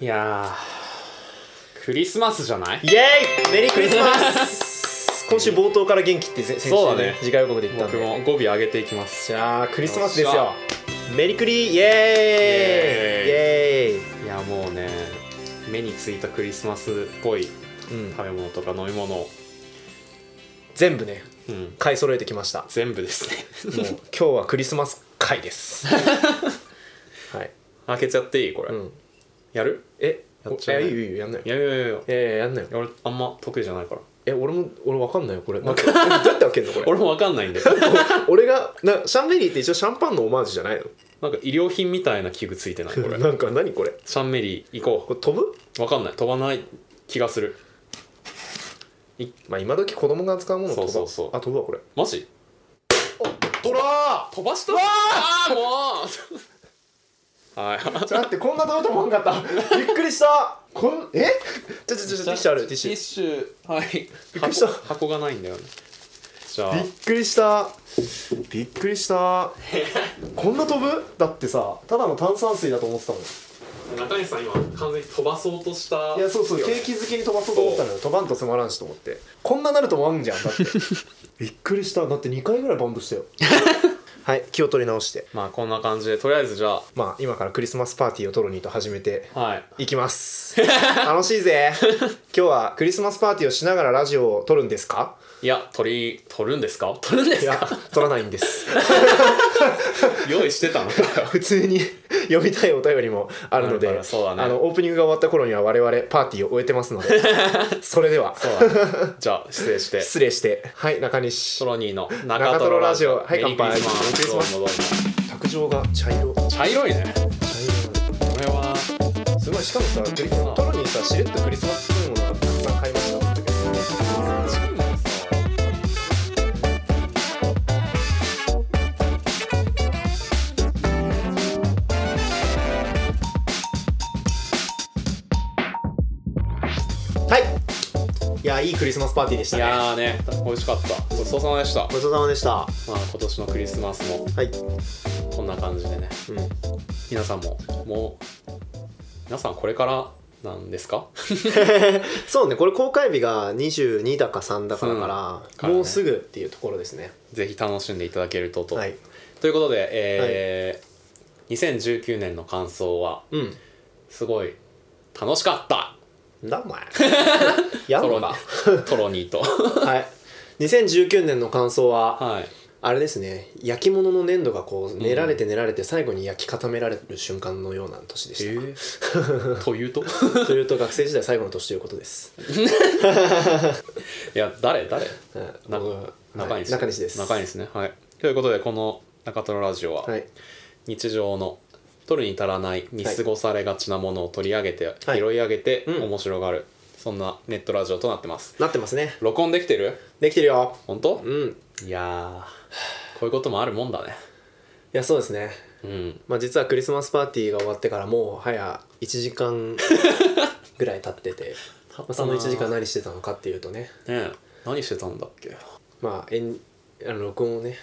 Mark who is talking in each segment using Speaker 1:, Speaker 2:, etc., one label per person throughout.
Speaker 1: いやークリスマスじゃない
Speaker 2: イエーイメリークリスマス 今週冒頭から元気って先先週
Speaker 1: そうだね
Speaker 2: 次回予告で言ったん
Speaker 1: 僕
Speaker 2: で
Speaker 1: も語尾上げていきます
Speaker 2: じゃあクリスマスで
Speaker 1: よ
Speaker 2: すよメリクリイエーイイエ
Speaker 1: いやもうね目についたクリスマスっぽい
Speaker 2: ーイ、うん
Speaker 1: 食べ物とか飲み物を、
Speaker 2: 全部ね
Speaker 1: うん、
Speaker 2: 買い揃えてきましたも
Speaker 1: 全部です
Speaker 2: う
Speaker 1: ね
Speaker 2: 今日はクリスマス会ですはい、
Speaker 1: 開けちゃっていいこれ、
Speaker 2: うん、
Speaker 1: やる
Speaker 2: え
Speaker 1: やっちゃうね
Speaker 2: いやいいよいいよやんない
Speaker 1: い
Speaker 2: よ
Speaker 1: やいやいやいや
Speaker 2: いやいややんないよ
Speaker 1: 俺あんま得意じゃないから
Speaker 2: え俺も俺わかんないよこれな んかどうやって開けんのこれ
Speaker 1: 俺もわかんないんで
Speaker 2: 俺がなシャンベリーって一応シャンパンのオマージュじゃない
Speaker 1: なんか医療品みたいな器具ついてないこ
Speaker 2: の
Speaker 1: れ
Speaker 2: なんか何これ
Speaker 1: シャンメリー行こ
Speaker 2: これ飛ぶ
Speaker 1: うわかんない飛ばない気がする
Speaker 2: まあ今時子供が使うもの飛ば
Speaker 1: そうそうそう
Speaker 2: あ飛ぶわこれ
Speaker 1: マジ
Speaker 2: とら
Speaker 1: 飛ばした
Speaker 2: わ
Speaker 1: あーもう はい
Speaker 2: ちょっと待ってこんな飛ぶと思わんか ったびっくりしたこんえちょちょちょちょティッシュあるティッシ
Speaker 1: ティッ
Speaker 2: ュ
Speaker 1: シュはい
Speaker 2: びっくりした
Speaker 1: 箱箱がないんだよねじゃあ
Speaker 2: びっくりしたびっくりしたこんな飛ぶだってさただの炭酸水だと思ってたもんい
Speaker 1: 中西さん今完全に飛ばそうとした
Speaker 2: やそうそう
Speaker 1: よ
Speaker 2: ケーキ好きに飛ばそうと思ったのよ飛ばんとつまらんしと思ってこんななると思わんじゃんだって びっくりしただって2回ぐらいバウンド したよはい気を取り直して
Speaker 1: まあこんな感じでとりあえずじゃ
Speaker 2: まあ今からクリスマスパーティーをトロニーと始めて
Speaker 1: あはい
Speaker 2: 行きます楽しいぜ今日はクリスマスパーティーをしながらラジオを撮るんですか
Speaker 1: いや取り取るんですか取るんで
Speaker 2: い
Speaker 1: す
Speaker 2: や
Speaker 1: か
Speaker 2: 撮らないんです
Speaker 1: 用意してたのかよ
Speaker 2: 普通に読みたいお便りもあるの
Speaker 1: ある
Speaker 2: で
Speaker 1: からそうだね
Speaker 2: あのオープニングが終わった頃には我々パーティーを終えてますの でそれでは
Speaker 1: そうだねじゃあ失礼して
Speaker 2: 失礼してはい中
Speaker 1: ト
Speaker 2: 西
Speaker 1: ロニーの
Speaker 2: 中トロラジオはい
Speaker 1: メリー
Speaker 2: 乾杯
Speaker 1: クリスマスどうもどうも
Speaker 2: 卓上が茶色茶
Speaker 1: 茶色いね
Speaker 2: 色
Speaker 1: これは
Speaker 2: すごいしかもさクリトロにさしれっとクリスマスっぽいものがたくさん買いましたって言ってはいいやいいクリスマスパーティーでした
Speaker 1: い
Speaker 2: ね
Speaker 1: やーね美味しかったごちそうさまでした
Speaker 2: ごちそうさまでしたは
Speaker 1: まあ今年のクリスマスも
Speaker 2: い、
Speaker 1: こんな感じでね
Speaker 2: うん、
Speaker 1: 皆さんももう皆さんこれからなんですか
Speaker 2: そうねこれ公開日が22だか3だかだから、
Speaker 1: うん
Speaker 2: もうすぐっていうところですね
Speaker 1: ぜひ楽しんでいただけるとと、
Speaker 2: はい
Speaker 1: ということで、えー2019年の感想は
Speaker 2: うん
Speaker 1: すごい楽しかった
Speaker 2: なんだお前やん
Speaker 1: トロ
Speaker 2: の
Speaker 1: ニ
Speaker 2: か
Speaker 1: ー トロニー と
Speaker 2: はい2019年の感想は
Speaker 1: はい
Speaker 2: あれですね焼き物の粘土がこう練られて練られて最後に焼き固められる瞬間のような年でした、
Speaker 1: というと
Speaker 2: というと学生時代最後の年ということです、
Speaker 1: いや誰誰
Speaker 2: うん
Speaker 1: な
Speaker 2: 僕は
Speaker 1: 中
Speaker 2: はい
Speaker 1: 西、
Speaker 2: 中西です
Speaker 1: 中西ねはいということでこの中トロラジオは
Speaker 2: はい
Speaker 1: 日常の取るに足らない見過ごされがちなものを取り上げて、
Speaker 2: はい
Speaker 1: 拾い上げて
Speaker 2: うん
Speaker 1: 面白がる、そんなネットラジオとなってます
Speaker 2: なってますね
Speaker 1: 録音できてる
Speaker 2: できてるよ
Speaker 1: 本当、
Speaker 2: うんい
Speaker 1: いやーこういうこともあるもんだね
Speaker 2: やそうですね
Speaker 1: うん
Speaker 2: まあ実はクリスマスパーティーが終わってからもう早1時 間ぐらい経っててまあその1時間
Speaker 1: ね
Speaker 2: 何してたのかっていうとね
Speaker 1: え何してたんだっけ
Speaker 2: まあえんあの録音 をね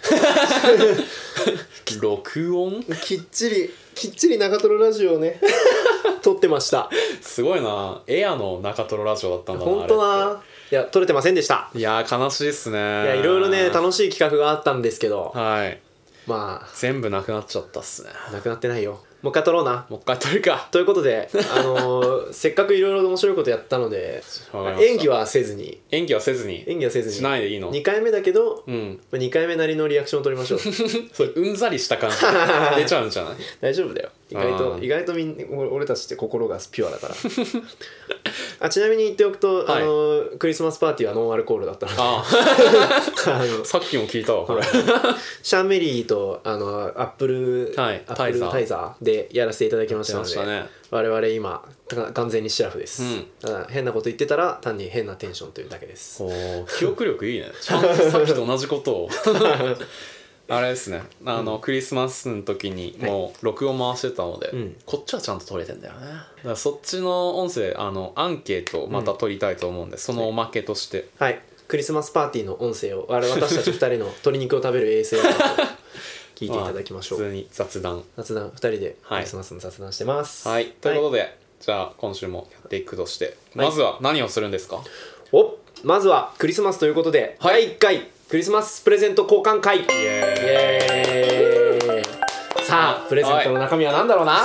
Speaker 1: 録音
Speaker 2: きっちりきっちり中トロラジオ をね撮ってました
Speaker 1: すごいなエアの中トロラジオだったんだな
Speaker 2: 本当
Speaker 1: あれっ
Speaker 2: ないや撮れてませんでした
Speaker 1: ていやー悲しいっすねい
Speaker 2: いやいろいろね楽しい企画があったんですけど
Speaker 1: はい
Speaker 2: ま
Speaker 1: 全部なくなっちゃったっすね
Speaker 2: あなくなってないよもう一回撮ろうな
Speaker 1: もう一回撮るか
Speaker 2: というこ とで、あのーせっかくいろいろ面白いことやったので
Speaker 1: わかりました
Speaker 2: 演技はせずに
Speaker 1: 演技はせずに
Speaker 2: 演技はせずに
Speaker 1: しないでいいの
Speaker 2: 2回目だけど、
Speaker 1: うん
Speaker 2: 2回目なりのリアクションを取り ましょう
Speaker 1: それうんざりした感じ出ちゃうんじゃない
Speaker 2: 大丈夫だよ意外
Speaker 1: あ
Speaker 2: と
Speaker 1: ー
Speaker 2: 意外とみん俺俺たちって心がピュアだから あちなみに言っておくと、
Speaker 1: はい
Speaker 2: あのークリスマスパーティーはノンアルコールだったので
Speaker 1: あ
Speaker 2: あの
Speaker 1: あさっきも聞いたわこれ
Speaker 2: シャンメリーとあのアップル、
Speaker 1: はい
Speaker 2: ア
Speaker 1: タ
Speaker 2: ッ
Speaker 1: イ
Speaker 2: プ
Speaker 1: ザー
Speaker 2: ルタイザーでやらせていただきましたの
Speaker 1: やっ
Speaker 2: で、
Speaker 1: てましたね
Speaker 2: 我々今た完全にシラフです、
Speaker 1: うん
Speaker 2: ただ変なこと言ってたら単に変なテンションというだけです
Speaker 1: おー記憶力いいね ちゃんとさっきと同じことを あれですねあの、クリスマスの時にもう録音回してたので、
Speaker 2: うん
Speaker 1: こっちはちゃんと撮れてんだよねだからそっちの音声あのアンケートをまた撮りたいと思うんで、そのおまけとして
Speaker 2: はいクリスマスパーティーの音声を我々私たち2人の鶏肉を食べる衛星を聞いていただきましょう、
Speaker 1: まあ普通に雑談
Speaker 2: 雑談2人で
Speaker 1: は
Speaker 2: ク
Speaker 1: い
Speaker 2: リスマスの雑談してます
Speaker 1: はいということで、じゃあ今週もやっていくとして、まずは何をするんですか
Speaker 2: おまずはクリスマスということで、第1回クリスマスプレゼント交換会イ
Speaker 1: イエーイ
Speaker 2: エーイさあプレゼントの中身は何だろうな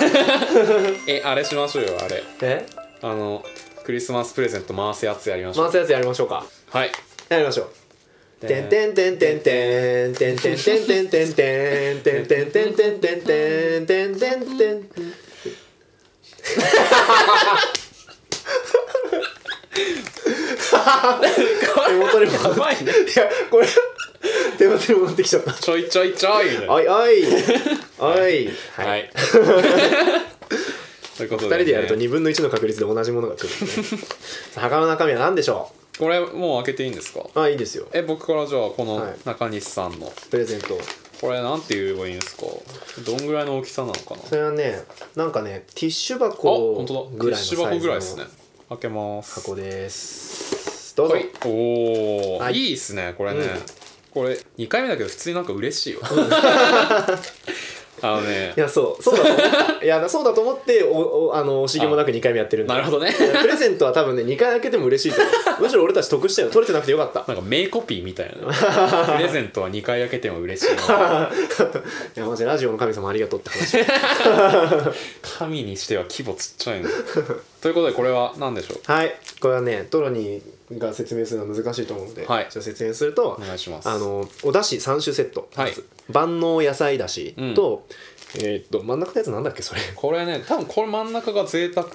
Speaker 1: えあれしましょうよあれ
Speaker 2: え
Speaker 1: あのクリスマスプレゼント回すやつやりましょう、
Speaker 2: 回すやつやりましょうか
Speaker 1: はい
Speaker 2: やりましょうてん
Speaker 1: で
Speaker 2: てんてんてんてんてんてんてんてんてんてんてんてんてんてんてんてんてんてんてん
Speaker 3: 手元に戻
Speaker 1: うまい
Speaker 3: っ
Speaker 1: ね
Speaker 3: ていやこれ手元に戻ってきちゃった
Speaker 1: ちょいちょいちょいみたいな
Speaker 2: おい おいおい
Speaker 1: はい ということ
Speaker 2: 二
Speaker 1: で、ね、
Speaker 2: 人でやると2分の1の確率で同じものが来る んでねさあ墓の中身は何でしょ
Speaker 1: これもう開けていいんですか
Speaker 2: うあいいですよ
Speaker 1: え僕からじゃあこの
Speaker 2: はい
Speaker 1: 中西さんの、
Speaker 2: プレゼント
Speaker 1: これなんて言えばいいんですかどんぐらいの大きさなのかな
Speaker 2: それはねなんかねティッシュ
Speaker 1: あ
Speaker 2: 箱
Speaker 1: 本当だ
Speaker 2: ぐ
Speaker 1: ティッ
Speaker 2: らいの
Speaker 1: シュ箱ぐらい
Speaker 2: サ
Speaker 1: です
Speaker 2: イズ
Speaker 1: ね
Speaker 2: の
Speaker 1: 開けます
Speaker 2: 箱ですどうぞ
Speaker 1: はい、おお、
Speaker 2: はい
Speaker 1: い、いですねこれね、
Speaker 2: うん
Speaker 1: これ2回目だけど普通になんか嬉しいよ あのね
Speaker 2: いやそうそうだと思っ たいやそうだと思っておおあの惜しげもなく2回目やってるん
Speaker 1: な
Speaker 2: だ
Speaker 1: るほどね
Speaker 2: プレゼントは多分ね2回開けても嬉しいと思うむしろ俺たち得したよ取れてなくてよかった
Speaker 1: なんか名コピーみたい なプレゼントは2回開けても嬉しいない
Speaker 2: やマジラジオの神様ありがとうって話
Speaker 1: 神にしては規模ちっちゃいの ということでこれは何でしょ
Speaker 2: はいこれはねトロニーが説明するのは難しいと思うので、
Speaker 1: はい
Speaker 2: じゃあ説明すると
Speaker 1: うお願いします
Speaker 2: あのおだし3種セット、
Speaker 1: はい
Speaker 2: まず万能野菜だしと、えーっと真ん中のやつなんだっけそれ
Speaker 1: これね多分これ真ん中が贅沢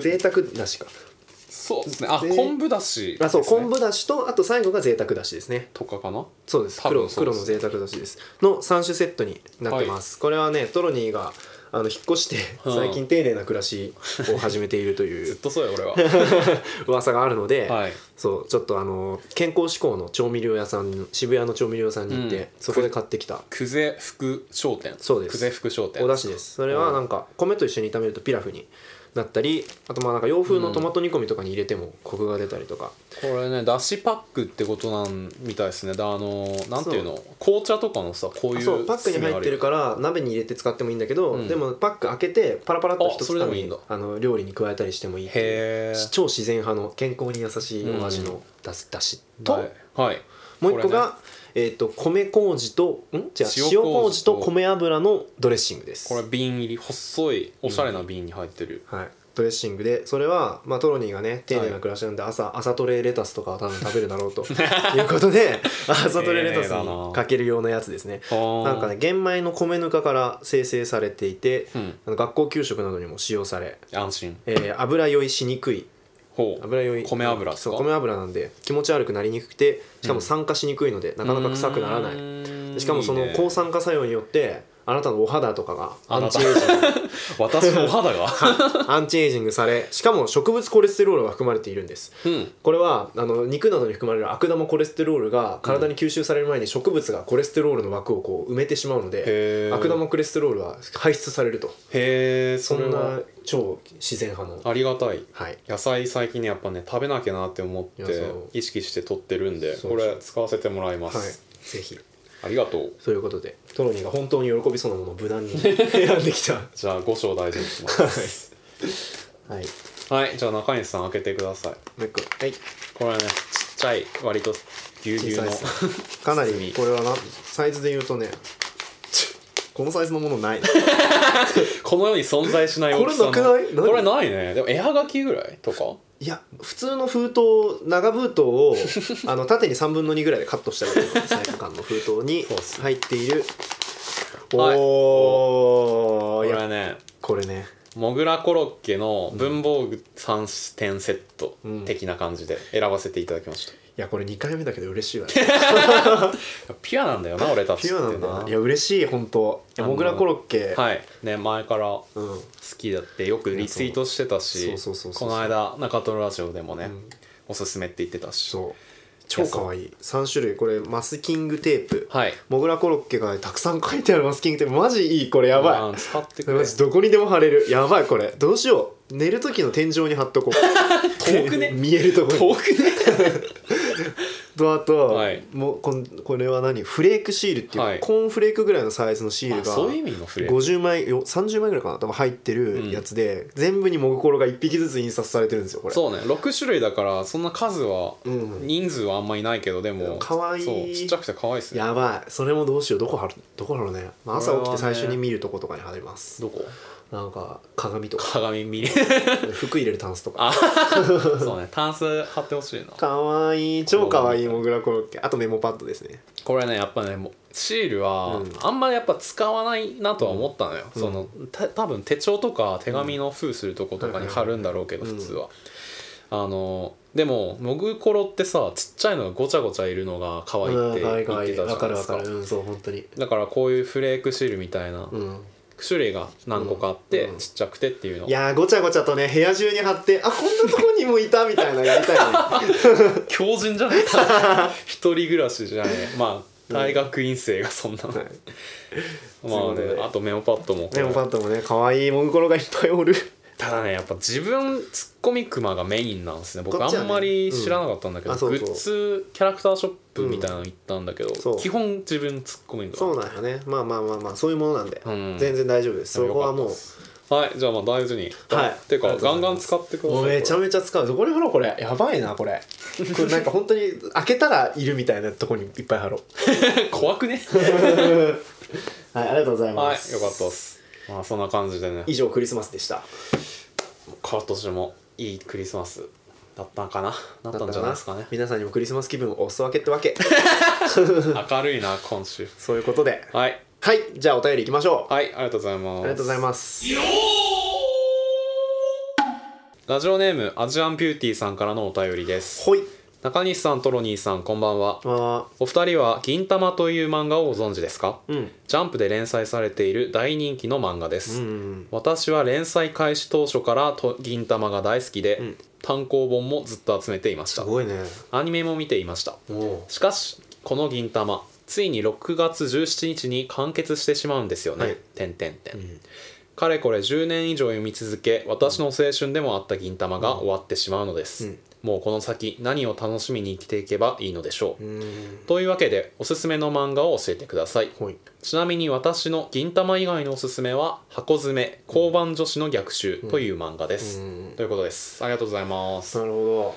Speaker 2: 贅沢だしか
Speaker 1: そうですねあ
Speaker 2: 贅
Speaker 1: 昆布だし、
Speaker 2: あそう昆
Speaker 1: 布
Speaker 2: 布だしとあと最後が贅沢だしですね
Speaker 1: とかかな
Speaker 2: そうです
Speaker 1: 多分
Speaker 2: 黒
Speaker 1: そうで
Speaker 2: 黒
Speaker 1: す
Speaker 2: の贅沢だしですの3種セットになってます、これはねトロニーがあの引っ越して
Speaker 1: うん
Speaker 2: 最近丁寧な暮らしを始めているとい
Speaker 1: ずっ
Speaker 2: う
Speaker 1: とそうよ俺 は
Speaker 2: 噂があるの で、
Speaker 1: はい
Speaker 2: そうちょっとあの健康志向の調味料屋さんに渋谷の調味料屋さんに行って、
Speaker 1: うん
Speaker 2: そこで買ってきた
Speaker 1: 久世福商店
Speaker 2: そうです
Speaker 1: 久世福商店
Speaker 2: お出汁ですそれはなんか米と一緒に炒めるとピラフになったりあとまあなんか洋風のトマト煮込みとかに入れてもコクが出たりとか、
Speaker 1: これねだしパックってことなんみたいですねだあのなんていうの紅茶とかのさこうい
Speaker 2: あ
Speaker 1: う
Speaker 2: そうパックに入ってる
Speaker 1: ら
Speaker 2: から鍋に入れて使ってもいいんだけど、
Speaker 1: うん
Speaker 2: でもパック開けてパラパラっと
Speaker 1: あ
Speaker 2: 一
Speaker 1: そ
Speaker 2: つ
Speaker 1: れ
Speaker 2: か
Speaker 1: でもいいん
Speaker 2: み
Speaker 1: だ
Speaker 2: あの料理に加えたりしてもいいっていう
Speaker 1: へえ
Speaker 2: 超自然派の健康に優しいお味
Speaker 1: うん
Speaker 2: のだし,、だしと、
Speaker 1: はい
Speaker 2: もう
Speaker 1: こ
Speaker 2: 一個
Speaker 1: れね
Speaker 2: が、えー、と米麹とん違う
Speaker 1: 塩麹
Speaker 2: 塩
Speaker 1: と
Speaker 2: 麹と米油のドレッシングです
Speaker 1: これ瓶入り細いおしゃれな瓶に入ってる、
Speaker 2: はい、ドレッシングでそれは、まあ、トロニーがね丁寧な暮らしなんで朝、朝トレレタスとかは多分食べるだろ うということで朝トレレタス
Speaker 1: 丁寧だ
Speaker 2: に
Speaker 1: な
Speaker 2: かける用のやつですね
Speaker 1: あー
Speaker 2: なんかね玄米の米ぬかから生成されていて、
Speaker 1: うん
Speaker 2: あの学校給食などにも使用され、
Speaker 1: 安心
Speaker 2: えー油酔いしにくい
Speaker 1: ほう
Speaker 2: 油酔い
Speaker 1: 米油っすか
Speaker 2: そう米油なんで気持ち悪くなりにくくてしかも酸化しにくいので、なかなか臭くならない
Speaker 1: い
Speaker 2: しかもその抗酸化作用によってあなたのお肌とかがア
Speaker 1: あ
Speaker 2: ン
Speaker 1: な
Speaker 2: チ
Speaker 1: た
Speaker 2: エイジング
Speaker 1: 私のお肌が
Speaker 2: アンチエイジングされしかも植物コレステロールが含まれているんです
Speaker 1: うん
Speaker 2: これはあの肉などに含まれる悪玉コレステロールが体に吸収される前に植物がコレステロールの枠をこう埋めてしまうので
Speaker 1: へー
Speaker 2: 悪玉コレステロールは排出されると
Speaker 1: へえ
Speaker 2: そ
Speaker 1: それ
Speaker 2: んな
Speaker 1: は
Speaker 2: 超自然派の
Speaker 1: ありがたい
Speaker 2: はい
Speaker 1: 野菜最近ねやっぱね食べなきゃなって思っ
Speaker 2: いやそ
Speaker 1: て
Speaker 2: う
Speaker 1: 意識して取ってるんで
Speaker 2: そう
Speaker 1: これ使わせてもらいま
Speaker 2: はい
Speaker 1: す、
Speaker 2: ぜひ
Speaker 1: ありがとう
Speaker 2: ということでトロニーが本当に喜びそうなものを無難 に選んできた
Speaker 1: じゃあ5章大事にします
Speaker 2: はい
Speaker 1: はいじゃあ中西さん開けてください
Speaker 2: もう一個はい
Speaker 1: これはねちっちゃい割とぎゅうぎゅうの
Speaker 2: 小さいっかなりこれはなサイズで言うとねちょこのサイズのものない
Speaker 1: この世に存在しない大きさの
Speaker 2: これなくない何
Speaker 1: これないねでも絵はがきぐらいとか
Speaker 2: いや普通の封筒長封 筒をあの縦に3分の2ぐらいでカットしたりとかサイズ感の封筒に
Speaker 1: そうっす
Speaker 2: 入っている
Speaker 1: はい
Speaker 2: お
Speaker 1: こ
Speaker 2: ーい
Speaker 1: れ
Speaker 2: や
Speaker 1: はね
Speaker 2: これね
Speaker 1: モグラコロッケの文房具3点セット
Speaker 2: うん
Speaker 1: 的な感じで選ばせていただきました、
Speaker 2: いやこれ2回目だけど嬉しい わね
Speaker 1: ピュアなんだよな俺たち
Speaker 2: ピ
Speaker 1: って
Speaker 2: ュ
Speaker 1: な
Speaker 2: アなんだないや嬉しい本当いやモグラコロッケ、
Speaker 1: はいね前から好
Speaker 2: うん
Speaker 1: きだってよくリツイートしてたし
Speaker 2: そうそうそうそう
Speaker 1: この間中トロラジオでもね、
Speaker 2: ん
Speaker 1: おすすめって言ってたし
Speaker 2: そう超可愛い3種類これマスキングテープ
Speaker 1: はい
Speaker 2: モグラコロッケがたくさん書いてあるマスキングテープマジいいこれやばい
Speaker 1: あー使ってくれ
Speaker 2: マジどこにでも貼れるやばいこれどうしよう寝る時の天井に貼っとこう
Speaker 1: 遠くね
Speaker 2: 見えるとこに
Speaker 1: 遠くね
Speaker 2: とあと、
Speaker 1: はい
Speaker 2: もうこんこれは何フレークシールっていう、
Speaker 1: はい
Speaker 2: コーンフレークぐらいのサイズのシール
Speaker 1: あそういう意
Speaker 2: が
Speaker 1: 味のフレーズ
Speaker 2: 50枚よ30枚ぐらいかな多分入ってるやつで、全部にモグコロが1匹ずつ印刷されてるんですよこれ
Speaker 1: そうね6種類だからそんな数は
Speaker 2: うん
Speaker 1: 人数はあんまりないけどでも
Speaker 2: 可愛い
Speaker 1: そうちっちゃくて可愛いですね
Speaker 2: やばいそれもどうしようどこ貼るどこ貼るね、ま
Speaker 1: こ
Speaker 2: あ、朝
Speaker 1: れはね
Speaker 2: 起きて最初に見るとことかに貼ります
Speaker 1: どこ
Speaker 2: なんか 鏡とか
Speaker 1: 鏡見れ
Speaker 2: 服入れるタンスとか
Speaker 1: あそうねタンス貼ってほしいな
Speaker 2: かわいい超かわいいモグラコロッケあとメモパッドですね
Speaker 1: これねやっぱねもうシールは
Speaker 2: うん
Speaker 1: あんまりやっぱ使わないなとは思ったのよ、
Speaker 2: うん
Speaker 1: そのた多分手帳とか手紙の封するとことかに貼るんだろうけど
Speaker 2: うん
Speaker 1: 普通は、あのでもモグコロってさちっちゃいのがごちゃごちゃいるのが可愛いって
Speaker 2: うんかわいいか
Speaker 1: 言っ
Speaker 2: わい
Speaker 1: て
Speaker 2: い
Speaker 1: たじ
Speaker 2: わ
Speaker 1: ゃな
Speaker 2: か
Speaker 1: い
Speaker 2: る
Speaker 1: で
Speaker 2: わ
Speaker 1: す
Speaker 2: か
Speaker 1: か
Speaker 2: るうんそう本当に
Speaker 1: だからこういうフレークシールみたいな
Speaker 2: うん
Speaker 1: 種類が何個かあって
Speaker 2: うん
Speaker 1: ちっちゃくてっていうの、
Speaker 2: いやーごちゃごちゃとね部屋中に貼ってあこんなとこにもいたみたいなのやりたい ね
Speaker 1: 強靭じゃない一人暮らしじ ゃないまあ大学院生がそんなの、
Speaker 2: はい
Speaker 1: まあ
Speaker 2: ということで
Speaker 1: ねあとメモパッドもこ
Speaker 2: メ
Speaker 1: れ
Speaker 2: モパッドもねかわいいモグコロがいっぱい おる
Speaker 1: ただねやっぱ自分ツッコミクマがメインなんですね僕
Speaker 2: こっ
Speaker 1: あ
Speaker 2: ちはね
Speaker 1: んまり知らなかったんだけど、
Speaker 2: うんあそうそう
Speaker 1: グッズキャラクターショップみたいなの行ったんだけど、
Speaker 2: そう
Speaker 1: 基本自分ツッコミ
Speaker 2: そううなんよねまあまあまあまあそういうものなんで、
Speaker 1: うん
Speaker 2: 全然大丈夫ですそこはも
Speaker 1: よかったで
Speaker 2: う
Speaker 1: すはいじゃあまあ大事に
Speaker 2: はい
Speaker 1: ていうか
Speaker 2: ありがと
Speaker 1: ガン
Speaker 2: うござ
Speaker 1: ガ
Speaker 2: い
Speaker 1: ン
Speaker 2: ます
Speaker 1: 使ってください
Speaker 2: もうめちゃ
Speaker 1: こ
Speaker 2: めちゃ使うどこに貼ろうこれやばい なこれこれなんか本当に開けたらいるみたいなとこにいっぱい貼 ろう
Speaker 1: れ怖くね
Speaker 2: はいありがとうござい
Speaker 1: は
Speaker 2: ま
Speaker 1: い
Speaker 2: す、
Speaker 1: よかったですまあそんな感じでね
Speaker 2: 以上クリスマスでした
Speaker 1: 今年もいいクリスマスだったかななったんじゃないですかね
Speaker 2: 皆さんにもクリスマス気分をお裾分けってわけ
Speaker 1: 明るいな今週
Speaker 2: そういうことで
Speaker 1: はい
Speaker 2: はいじゃあお便りいきましょう、
Speaker 1: はいありがとうございます
Speaker 2: ありがとうございます
Speaker 1: ラジオネームアジアンビューティーさんからのお便りです
Speaker 2: ほい
Speaker 1: 中西さんトロニーさんこんばんは
Speaker 2: あ
Speaker 1: お二人は「銀玉」という漫画をご存知ですか、
Speaker 2: うん
Speaker 1: ジャンプで連載されている大人気の漫画で
Speaker 2: う
Speaker 1: す、
Speaker 2: ん
Speaker 1: 私は連載開始当初からと銀玉が大好きで、
Speaker 2: ん
Speaker 1: 単行本もずっと集めていまし
Speaker 2: す
Speaker 1: た
Speaker 2: ごいね
Speaker 1: アニメも見ていました
Speaker 2: も
Speaker 1: しかしこの銀玉ついに6月17日に完結してしまうんですよね、
Speaker 2: はい
Speaker 1: てんてんてんかれこれ10年以上読み続け私の青春でもあった銀玉が終わってしまうのです、
Speaker 2: うん
Speaker 1: もうこの先何を楽しみに生きていけばいいのでしょう、
Speaker 2: ううん
Speaker 1: というわけでおすすめの漫画を教えてください
Speaker 2: ほい
Speaker 1: ちなみに私の銀玉以外のおすすめは「箱詰め交番女子の逆襲」という漫画です、
Speaker 2: うん
Speaker 1: ということですありがとうございます、
Speaker 2: なるほ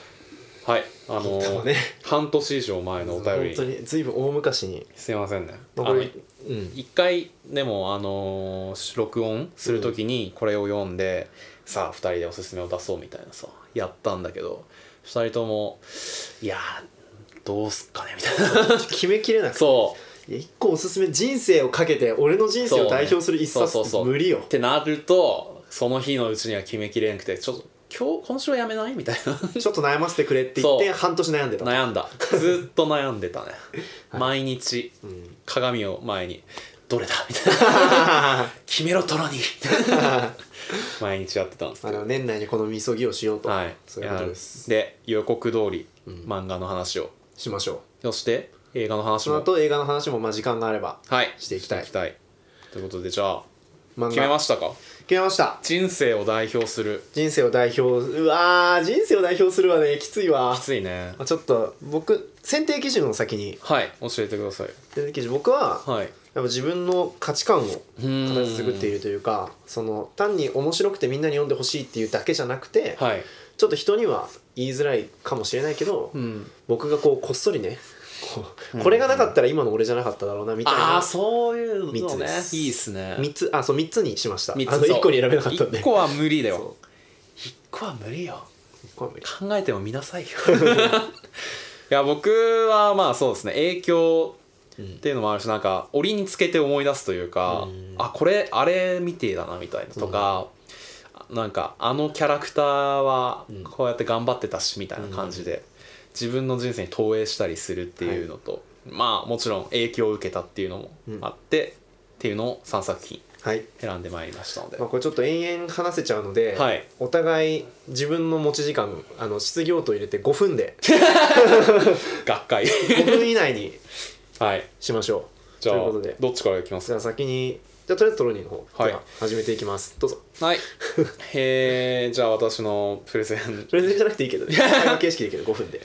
Speaker 1: はいあの
Speaker 2: 銀
Speaker 1: ー
Speaker 2: 玉ね
Speaker 1: 半年以上前のお
Speaker 2: ど
Speaker 1: 便
Speaker 2: 本当
Speaker 1: り
Speaker 2: にずいぶん大昔に
Speaker 1: すいませんねあ
Speaker 2: 残
Speaker 1: の
Speaker 2: りうん
Speaker 1: 一回でもあのー録音する時にこれを読んで、さあ2人でおすすめを出そうみたいなさやったんだけど2人とも「いやーどうすっかね」みた いな
Speaker 2: 決めきれなくて
Speaker 1: そ
Speaker 2: いや一個おすすめ人生をかけて俺の人生を代表する一冊
Speaker 1: そうねそうそ
Speaker 2: っ
Speaker 1: うそ
Speaker 2: て
Speaker 1: う
Speaker 2: 無理 よ
Speaker 1: うってなるとその日のうちには決めきれなくてちょっと今日今週はやめないみたいな
Speaker 2: ちょっと悩ませてくれって言って
Speaker 1: そう
Speaker 2: 半年悩ん でた、
Speaker 1: 悩んだずっと悩んでたね、毎日
Speaker 2: うん、
Speaker 1: 鏡を前に「どれだ?」みたいな 決めろトロニー毎日やってたんです
Speaker 2: あの年内にこのみそぎをしようと、
Speaker 1: はい、
Speaker 2: そういうことです
Speaker 1: で予告通り、漫画の話を
Speaker 2: しましょう
Speaker 1: そして映画の話
Speaker 2: その
Speaker 1: も
Speaker 2: 後映画の話もまあ時間があれば
Speaker 1: はい
Speaker 2: していきたい
Speaker 1: ということでじゃあ
Speaker 2: 漫画
Speaker 1: 決めましたか
Speaker 2: 決めました
Speaker 1: 人生を代表する
Speaker 2: 人生を代表うわー人生を代表するわねきついわ
Speaker 1: きついね
Speaker 2: ちょっと僕選定基準の先に
Speaker 1: はい教えてください
Speaker 2: 選定基準僕は
Speaker 1: はい
Speaker 2: やっぱ自分の価値観を形作っているというかその単に面白くてみんなに読んでほしいっていうだけじゃなくて、
Speaker 1: はい
Speaker 2: ちょっと人には言いづらいかもしれないけど、
Speaker 1: ん
Speaker 2: 僕がこうこっそりねこうこれがなかったら今の俺じゃなかっただろうなみたい
Speaker 1: ああー
Speaker 2: な
Speaker 1: そういう
Speaker 2: 三
Speaker 1: の
Speaker 2: つで
Speaker 1: ね
Speaker 2: す
Speaker 1: いいっすね
Speaker 2: 3つあそう3つにしましたあの
Speaker 1: 三
Speaker 2: 1個に選べなかったんで
Speaker 1: 1個は無理だよ
Speaker 2: そ
Speaker 1: 1個は無理よ
Speaker 2: 一個は無理
Speaker 1: 考えても見なさいよ いや僕はまあそうですね影響っていうのもあるしなんか折につけて思い出すというか、
Speaker 2: うん
Speaker 1: あこれあれ見てえだなみたいなとか、なんかあのキャラクターは
Speaker 2: うん
Speaker 1: こうやって頑張ってたしみたいな感じで、自分の人生に投影したりするっていうのと、まあもちろん影響を受けたっていうのもあって、っていうのを3作品
Speaker 2: はい、
Speaker 1: 選んでまいりましたので、
Speaker 2: まあ、これちょっと延々話せちゃうので、
Speaker 1: はい
Speaker 2: お互い自分の持ち時間あの失業と入れて5 分で
Speaker 1: 学会
Speaker 2: 5分以内に
Speaker 1: はい
Speaker 2: しましょう
Speaker 1: じゃあ
Speaker 2: ということで
Speaker 1: どっちからいきます
Speaker 2: じゃあ先にじゃあとりあえずトロニーの方、
Speaker 1: はい
Speaker 2: では始めていきます どうぞ
Speaker 1: はい。えー、じゃあ私のプレゼン。
Speaker 2: プレゼンじゃなくていいけどね会話形式でいいけど5分で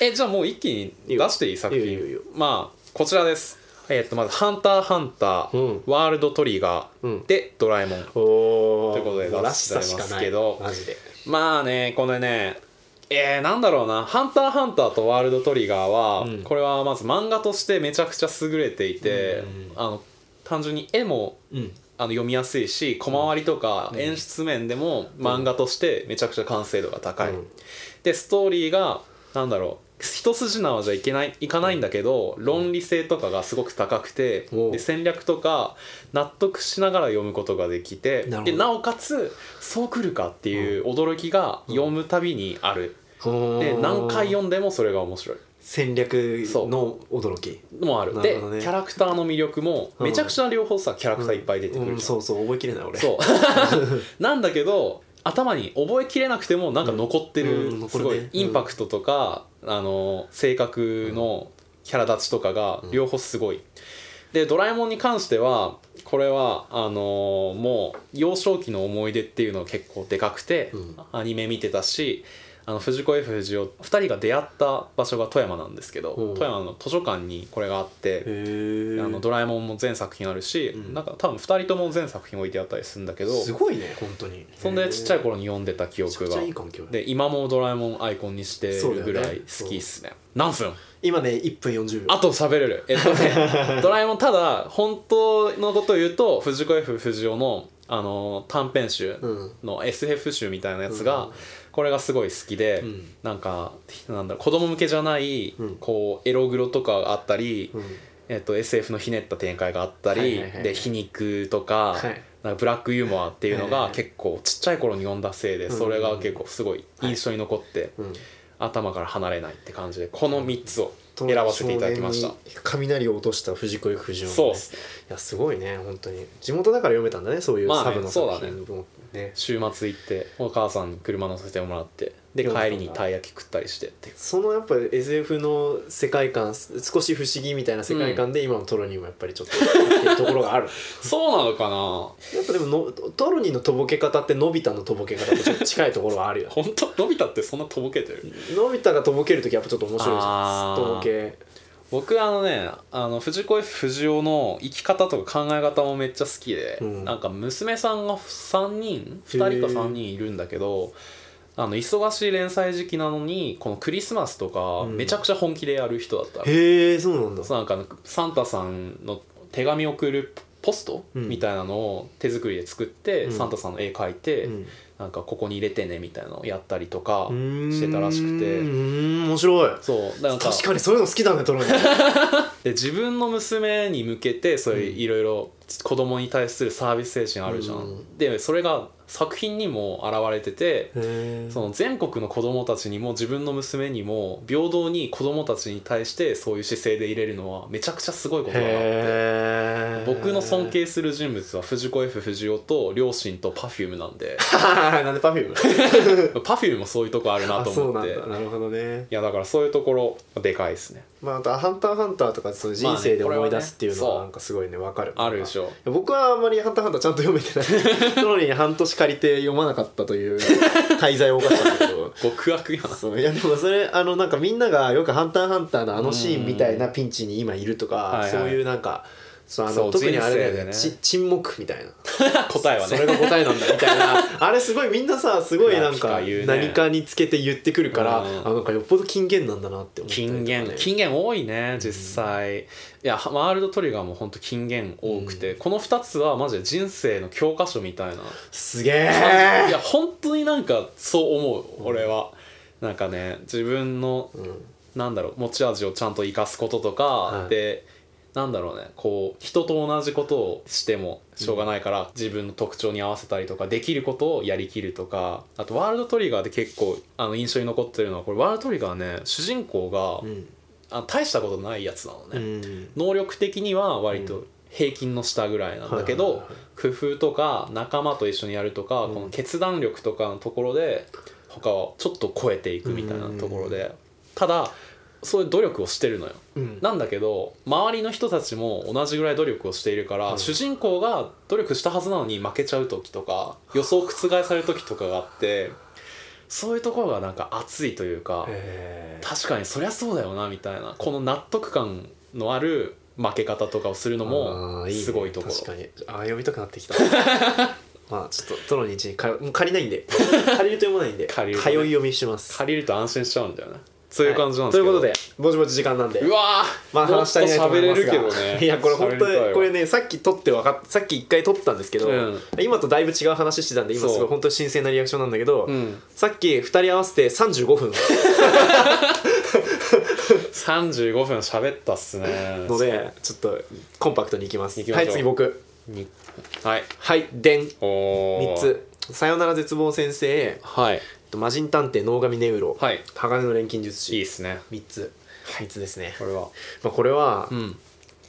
Speaker 1: えじゃあもう一気に出していい作
Speaker 2: いいよいい
Speaker 1: 品
Speaker 2: よ
Speaker 1: まあこちらですえっとまず「ハンターハンター」
Speaker 2: うん
Speaker 1: ワールドトリガー」
Speaker 2: うん
Speaker 1: で「ドラえもん」
Speaker 2: お
Speaker 1: ということで
Speaker 2: もらしさしかない
Speaker 1: 出しておりますけど
Speaker 2: マジで
Speaker 1: まあねこのねえー、なんだろうな「ハンターハンター」と「ワールドトリガーは」
Speaker 2: うん
Speaker 1: これはまず漫画としてめちゃくちゃ優れていて、あの単純に絵も
Speaker 2: うん
Speaker 1: あの読みやすいし小回りとか演出面でも漫画としてめちゃくちゃ完成度が高い、
Speaker 2: うん
Speaker 1: でストーリーがなんだろう一筋縄じゃいけないいかないんだけど論理性とかがすごく高くて
Speaker 2: おう
Speaker 1: で戦略とか納得しながら読むことができて
Speaker 2: なるほど
Speaker 1: でなおかつそうくるかっていう驚きが読むたびにある、で何回読んでもそれが面白い
Speaker 2: 戦略
Speaker 1: そう
Speaker 2: の驚き
Speaker 1: もある
Speaker 2: なる
Speaker 1: で
Speaker 2: ほどね
Speaker 1: キャラクターの魅力もめちゃくちゃ両方さキャラクターいっぱい出てくるじゃん
Speaker 2: うんそうそう覚えきれない俺
Speaker 1: そう なんだけど頭に覚えきれなくてもなんか残ってる、
Speaker 2: うんうん
Speaker 1: すご
Speaker 2: 残る
Speaker 1: い
Speaker 2: ね
Speaker 1: インパクトとか、あの性格のキャラ立ちとかが両方すごい。で「ドラえもん」に関してはこれはあのーもう幼少期の思い出っていうのが結構でかくて、
Speaker 2: ん
Speaker 1: アニメ見てたしあの藤子 F 不二雄2人が出会った場所が富山なんですけど
Speaker 2: おう
Speaker 1: 富山の図書館にこれがあって。
Speaker 2: へえ
Speaker 1: あのドラえもんも全作品あるし、
Speaker 2: うん
Speaker 1: なんか多分2人とも全作品置いてあったりするんだけど
Speaker 2: すごいね本当に
Speaker 1: そんでちっちゃい頃に読んでた記憶
Speaker 2: めちゃく
Speaker 1: が
Speaker 2: ちゃいい環境
Speaker 1: で今もドラえもんアイコンにしてるぐらい好きっすね何分
Speaker 2: 今ね1分40秒
Speaker 1: あと喋れるえっと ねドラえもんただ本当のことを言うと藤子 F 不二雄のあの短編集
Speaker 2: うん
Speaker 1: の SF 集みたいなやつが、これがすごい好きで、
Speaker 2: うん
Speaker 1: なんかなんだろう子供向けじゃない、
Speaker 2: うん
Speaker 1: こうエログロとかがあったり、
Speaker 2: うん
Speaker 1: えっと SF のひねった展開があったり、
Speaker 2: はいはいはい
Speaker 1: で皮肉とか,、
Speaker 2: はい
Speaker 1: なんかブラックユーモアっていうの
Speaker 2: はいはい
Speaker 1: が
Speaker 2: はい
Speaker 1: 結構ちっちゃい頃に読んだせいで
Speaker 2: うん
Speaker 1: それが結構すごい印象に残って、
Speaker 2: うん
Speaker 1: 頭から離れないって感じでこの3つを選ばせていただきました
Speaker 2: 少。年に雷を落とした藤子 F 不二雄ね
Speaker 1: そうっす
Speaker 2: いやすごいね本当に地元だから読めたんだねそういう
Speaker 1: まあね
Speaker 2: サブの作
Speaker 1: そうだね
Speaker 2: 品もね
Speaker 1: 週末行ってお母さんに車乗せてもらってで
Speaker 2: 読んだ
Speaker 1: 帰
Speaker 2: んだ
Speaker 1: りにたい焼き食ったりしてっていう
Speaker 2: そのやっぱ SF の世界観少し不思議みたいな世界観で今のトロニーもやっぱりちょっと似てるところが ある
Speaker 1: そうなのかな
Speaker 2: やっぱでものトロニーのとぼけ方ってのび太のとぼけ方とちょっと近いところはあるよね
Speaker 1: 本当のび太ってそんなとぼけてる
Speaker 2: のび太がとぼける時やっぱちょっと面白いじゃ
Speaker 1: あ
Speaker 2: ん
Speaker 1: ー
Speaker 2: とぼけ
Speaker 1: 僕あのねあの藤子 F 不二雄の生き方とか考え方もめっちゃ好きで、
Speaker 2: うん
Speaker 1: なんか娘さんが3人
Speaker 2: へー
Speaker 1: 2人か3人いるんだけどあの忙しい連載時期なのにこのクリスマスとか
Speaker 2: うん
Speaker 1: めちゃくちゃ本気でやる人だった、
Speaker 2: へえそうなんだ
Speaker 1: そうなんかあのサンタさんの手紙を送るポスト、
Speaker 2: うん
Speaker 1: みたいなのを手作りで作って、
Speaker 2: うん
Speaker 1: サンタさんの絵描いて、
Speaker 2: うん
Speaker 1: なんかここに入れてねみたいなのをやったりとか
Speaker 2: うーん
Speaker 1: してたらしくて
Speaker 2: うーん面白い
Speaker 1: そうなん
Speaker 2: 確かにそういうの好きだねトロニー
Speaker 1: で自分の娘に向けてそういういろいろ子供に対するサービス精神あるじゃん、
Speaker 2: うん
Speaker 1: でそれが作品にも現れてて、
Speaker 2: へ ー
Speaker 1: その全国の子供たちにも自分の娘にも平等に子供たちに対してそういう姿勢で入れるのはめちゃくちゃすごいことだなって
Speaker 2: へー
Speaker 1: 僕の尊敬する人物は藤子 F 不二雄と両親と Perfume なん で
Speaker 2: なんでパフューム
Speaker 1: Perfume もそういうとこあるな
Speaker 2: あ
Speaker 1: と
Speaker 2: そう
Speaker 1: 思
Speaker 2: な
Speaker 1: っ
Speaker 2: ん
Speaker 1: てい
Speaker 2: だなるほどね
Speaker 1: やだからそういうところでかいですね
Speaker 2: まあ、あと「ハンターハンター」とかそういう人生で
Speaker 1: まあね
Speaker 2: 思い出すっていうの
Speaker 1: これは
Speaker 2: は
Speaker 1: ね
Speaker 2: なんかすごいねわかる
Speaker 1: あるでしょ
Speaker 2: 僕はあんまり「ハンターハンター」ちゃんと読めてない トロニーに半年借りて読まなかったという滞在を犯したんだけど
Speaker 1: 極悪やな
Speaker 2: そういやでもそれあのなんかみんながよく「ハンターハンター」のあのシーンみたいなピンチに今いると
Speaker 1: うん
Speaker 2: か
Speaker 1: はいはい
Speaker 2: そういうなんかそうあ
Speaker 1: そ
Speaker 2: の
Speaker 1: う
Speaker 2: 特にあれだよ
Speaker 1: 人生で
Speaker 2: ね
Speaker 1: ね
Speaker 2: ち沈黙みたいな
Speaker 1: 答えは
Speaker 2: そ
Speaker 1: ね
Speaker 2: れが答えなんだみたい なあれすごいみんなさすごいなん
Speaker 1: クラ
Speaker 2: か
Speaker 1: ピカ言うね
Speaker 2: 何かにつけて言ってくるから、
Speaker 1: うん
Speaker 2: あなんかよっぽど金言なんだなって思ったりとか
Speaker 1: 金
Speaker 2: ね
Speaker 1: 言金言多いね実際、いやワールドトリガーも本当金言多くて、この2つはマジで人生の教科書みたいな、
Speaker 2: すげえ
Speaker 1: いや本当になんかそう思う俺は、なんかね自分の、なんだろう持ち味をちゃんと生かすこととか、
Speaker 2: い
Speaker 1: でなんだろうねこう人と同じことをしてもしょうがないから、自分の特徴に合わせたりとかできることをやりきるとかあとワールドトリガーで結構あの印象に残ってるのはこれワールドトリガーね主人公が、
Speaker 2: うん
Speaker 1: あ大したことないやつなの
Speaker 2: う
Speaker 1: ね、
Speaker 2: ん
Speaker 1: 能力的には割と平均の下ぐらいなんだけど、
Speaker 2: はいはいはい
Speaker 1: 工夫とか仲間と一緒にやるとか、この決断力とかのところで他をちょっと超えていくみたいなところで、ただそういう努力をしてるのよ、
Speaker 2: うん
Speaker 1: なんだけど周りの人たちも同じぐらい努力をしているから、主人公が努力したはずなのに負けちゃう時とか予想を覆される時とかがあってそういうところがなんか熱いというか
Speaker 2: え
Speaker 1: 確かにそりゃそうだよなみたいなこの納得感のある負け方とかをするの
Speaker 2: ーあ
Speaker 1: も
Speaker 2: ーいいね
Speaker 1: すごいところ
Speaker 2: 確かにあー読みたくなって きたまあちょっとトロニーちにかもう借りない んで借りると読まないんで
Speaker 1: 借りると
Speaker 2: 通
Speaker 1: ね
Speaker 2: い読みします
Speaker 1: 借りると安心しちゃうんだよねそういう感じなんです
Speaker 2: は
Speaker 1: け
Speaker 2: い
Speaker 1: ど、
Speaker 2: ということでぼちぼち時間なんで
Speaker 1: うわー
Speaker 2: まあ話したいないと思いますが
Speaker 1: もっと喋れるけどね
Speaker 2: いやこれ本当
Speaker 1: 喋りたい
Speaker 2: に
Speaker 1: わ
Speaker 2: これねさっき撮ってわかっさっき一回撮ったんですけど、
Speaker 1: うん
Speaker 2: 今とだいぶ違う話してたんで今す
Speaker 1: そ
Speaker 2: ご
Speaker 1: う
Speaker 2: い本当に新鮮なリアクションなんだけど、
Speaker 1: うん
Speaker 2: さっき2人合わせて35分
Speaker 1: 35分喋ったっすね
Speaker 2: ので ちょっとコンパクトにいきます
Speaker 1: いきま
Speaker 2: は
Speaker 1: しょう
Speaker 2: い次僕
Speaker 1: にはい
Speaker 2: はい「でん」
Speaker 1: おー
Speaker 2: 3つ「さよなら絶望先生」
Speaker 1: はい
Speaker 2: 「魔人探偵能神ネウロ」
Speaker 1: はい
Speaker 2: 鋼の錬金術
Speaker 1: いいっ
Speaker 2: 師」
Speaker 1: すね
Speaker 2: 3つ3つですね、
Speaker 1: これは
Speaker 2: まあ、これは、
Speaker 1: うん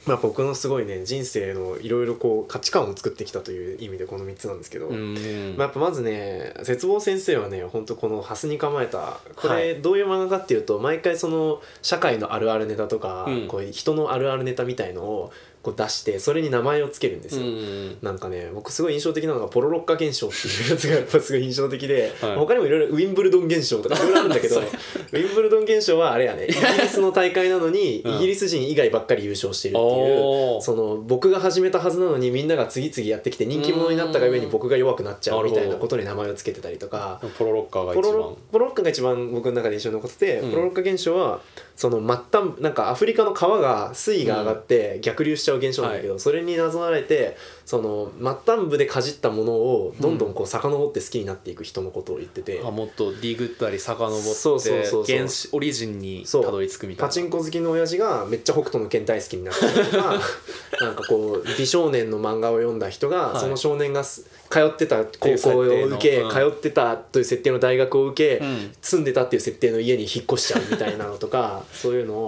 Speaker 2: まあ、僕のすごいね人生のいろいろこう価値観を作ってきたという意味でこの3つなんですけど、
Speaker 1: うん
Speaker 2: まあ、やっぱまずね絶望先生はね本当このハスに構えたこ
Speaker 1: は
Speaker 2: れどういう漫画かっていうと毎回その社会のあるあるネタとか、
Speaker 1: うん
Speaker 2: こう人のあるあるネタみたいのをこう出してそれに名前をつけるんです
Speaker 1: う
Speaker 2: よ。
Speaker 1: ん
Speaker 2: なんかね僕すごい印象的なのがポロロッカ現象っていうやつがやっぱすごい印象的で、
Speaker 1: はい
Speaker 2: 他にもいろいろウィンブルドン現象とかいろいろあるん だけどウィンブルドン現象はあれやねイギリスの大会なのに、
Speaker 1: うん
Speaker 2: イギリス人以外ばっかり優勝してるってい
Speaker 1: お
Speaker 2: う
Speaker 1: ー
Speaker 2: その僕が始めたはずなのにみんなが次々やってきて人気者になったがゆえに僕が弱くなっちゃうみたいなことに名前をつけてたりとか。
Speaker 1: ポロロッカーが
Speaker 2: ポ
Speaker 1: 一
Speaker 2: ロロ
Speaker 1: 番
Speaker 2: ポロロッカが一番僕の中で印象に残ってて、
Speaker 1: うん
Speaker 2: ポロロッカ現象はその末端なんかアフリカの川が水位が上がって逆流しちゃう現象なんだけど、それになぞらえてその末端部でかじったものをどんどんこう遡って好きになっていく人のことを言ってて、
Speaker 1: あもっとディグったり遡って
Speaker 2: そうそうそうそう
Speaker 1: 原始オリジンにた
Speaker 2: そう
Speaker 1: どり着くみたい
Speaker 2: パ
Speaker 1: な
Speaker 2: チンコ好きの親父がめっちゃ北斗の拳大好きになったりと かなんかこう美少年の漫画を読んだ人が、
Speaker 1: はい
Speaker 2: その少年がす通ってた
Speaker 1: い
Speaker 2: 高
Speaker 1: う設
Speaker 2: 校
Speaker 1: 定
Speaker 2: を
Speaker 1: の
Speaker 2: 受け、
Speaker 1: うん
Speaker 2: 通ってたという設定の大学を受け、
Speaker 1: うん
Speaker 2: 住んでたっていう設定の家に引っ越しちゃうみたいなのと かそういうの
Speaker 1: ほ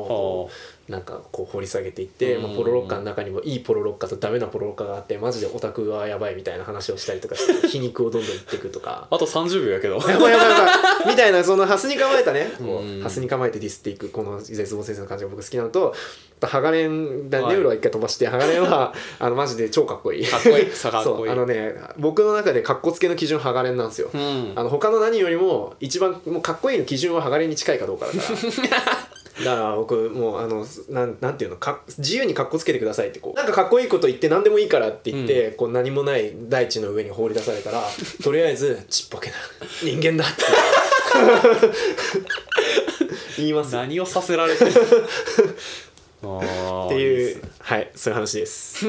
Speaker 2: をなんかこう掘り下げていって、
Speaker 1: うん
Speaker 2: まあ、ポロロッカの中にもいいポロロッカとダメなポロロッカがあってマジでオタクはやばいみたいな話をしたりとかして皮肉をどんどん言っていくとか。
Speaker 1: あと30秒やけど
Speaker 2: やばいやばいやばいみたいなそのハスに構えたねこ
Speaker 1: うん
Speaker 2: うハスに構えてディスっていくこの絶望先生の感じが僕好きなのとあとハガレンだ
Speaker 1: はい
Speaker 2: ネウロは一回飛ばしてハガレンはあのマジで超かっこいい
Speaker 1: かっこいいさかっこ
Speaker 2: そ
Speaker 1: いうい
Speaker 2: あのね僕の中でかっこつけの基準ハガレンなんですよ
Speaker 1: うん
Speaker 2: あの他の何よりも一番もうかっこいいの基準はハガレンに近いかどうかだから だから僕もうあのなんなんていうのか自由にかっこつけてくださいってこうなんかかっこいいこと言って何でもいいからって言って、こう何もない大地の上に放り出され たらとりあえずちっぽけな人間だって 言いますっ
Speaker 1: 何をさせられ てるって
Speaker 2: いう
Speaker 1: う
Speaker 2: はいそういう話です。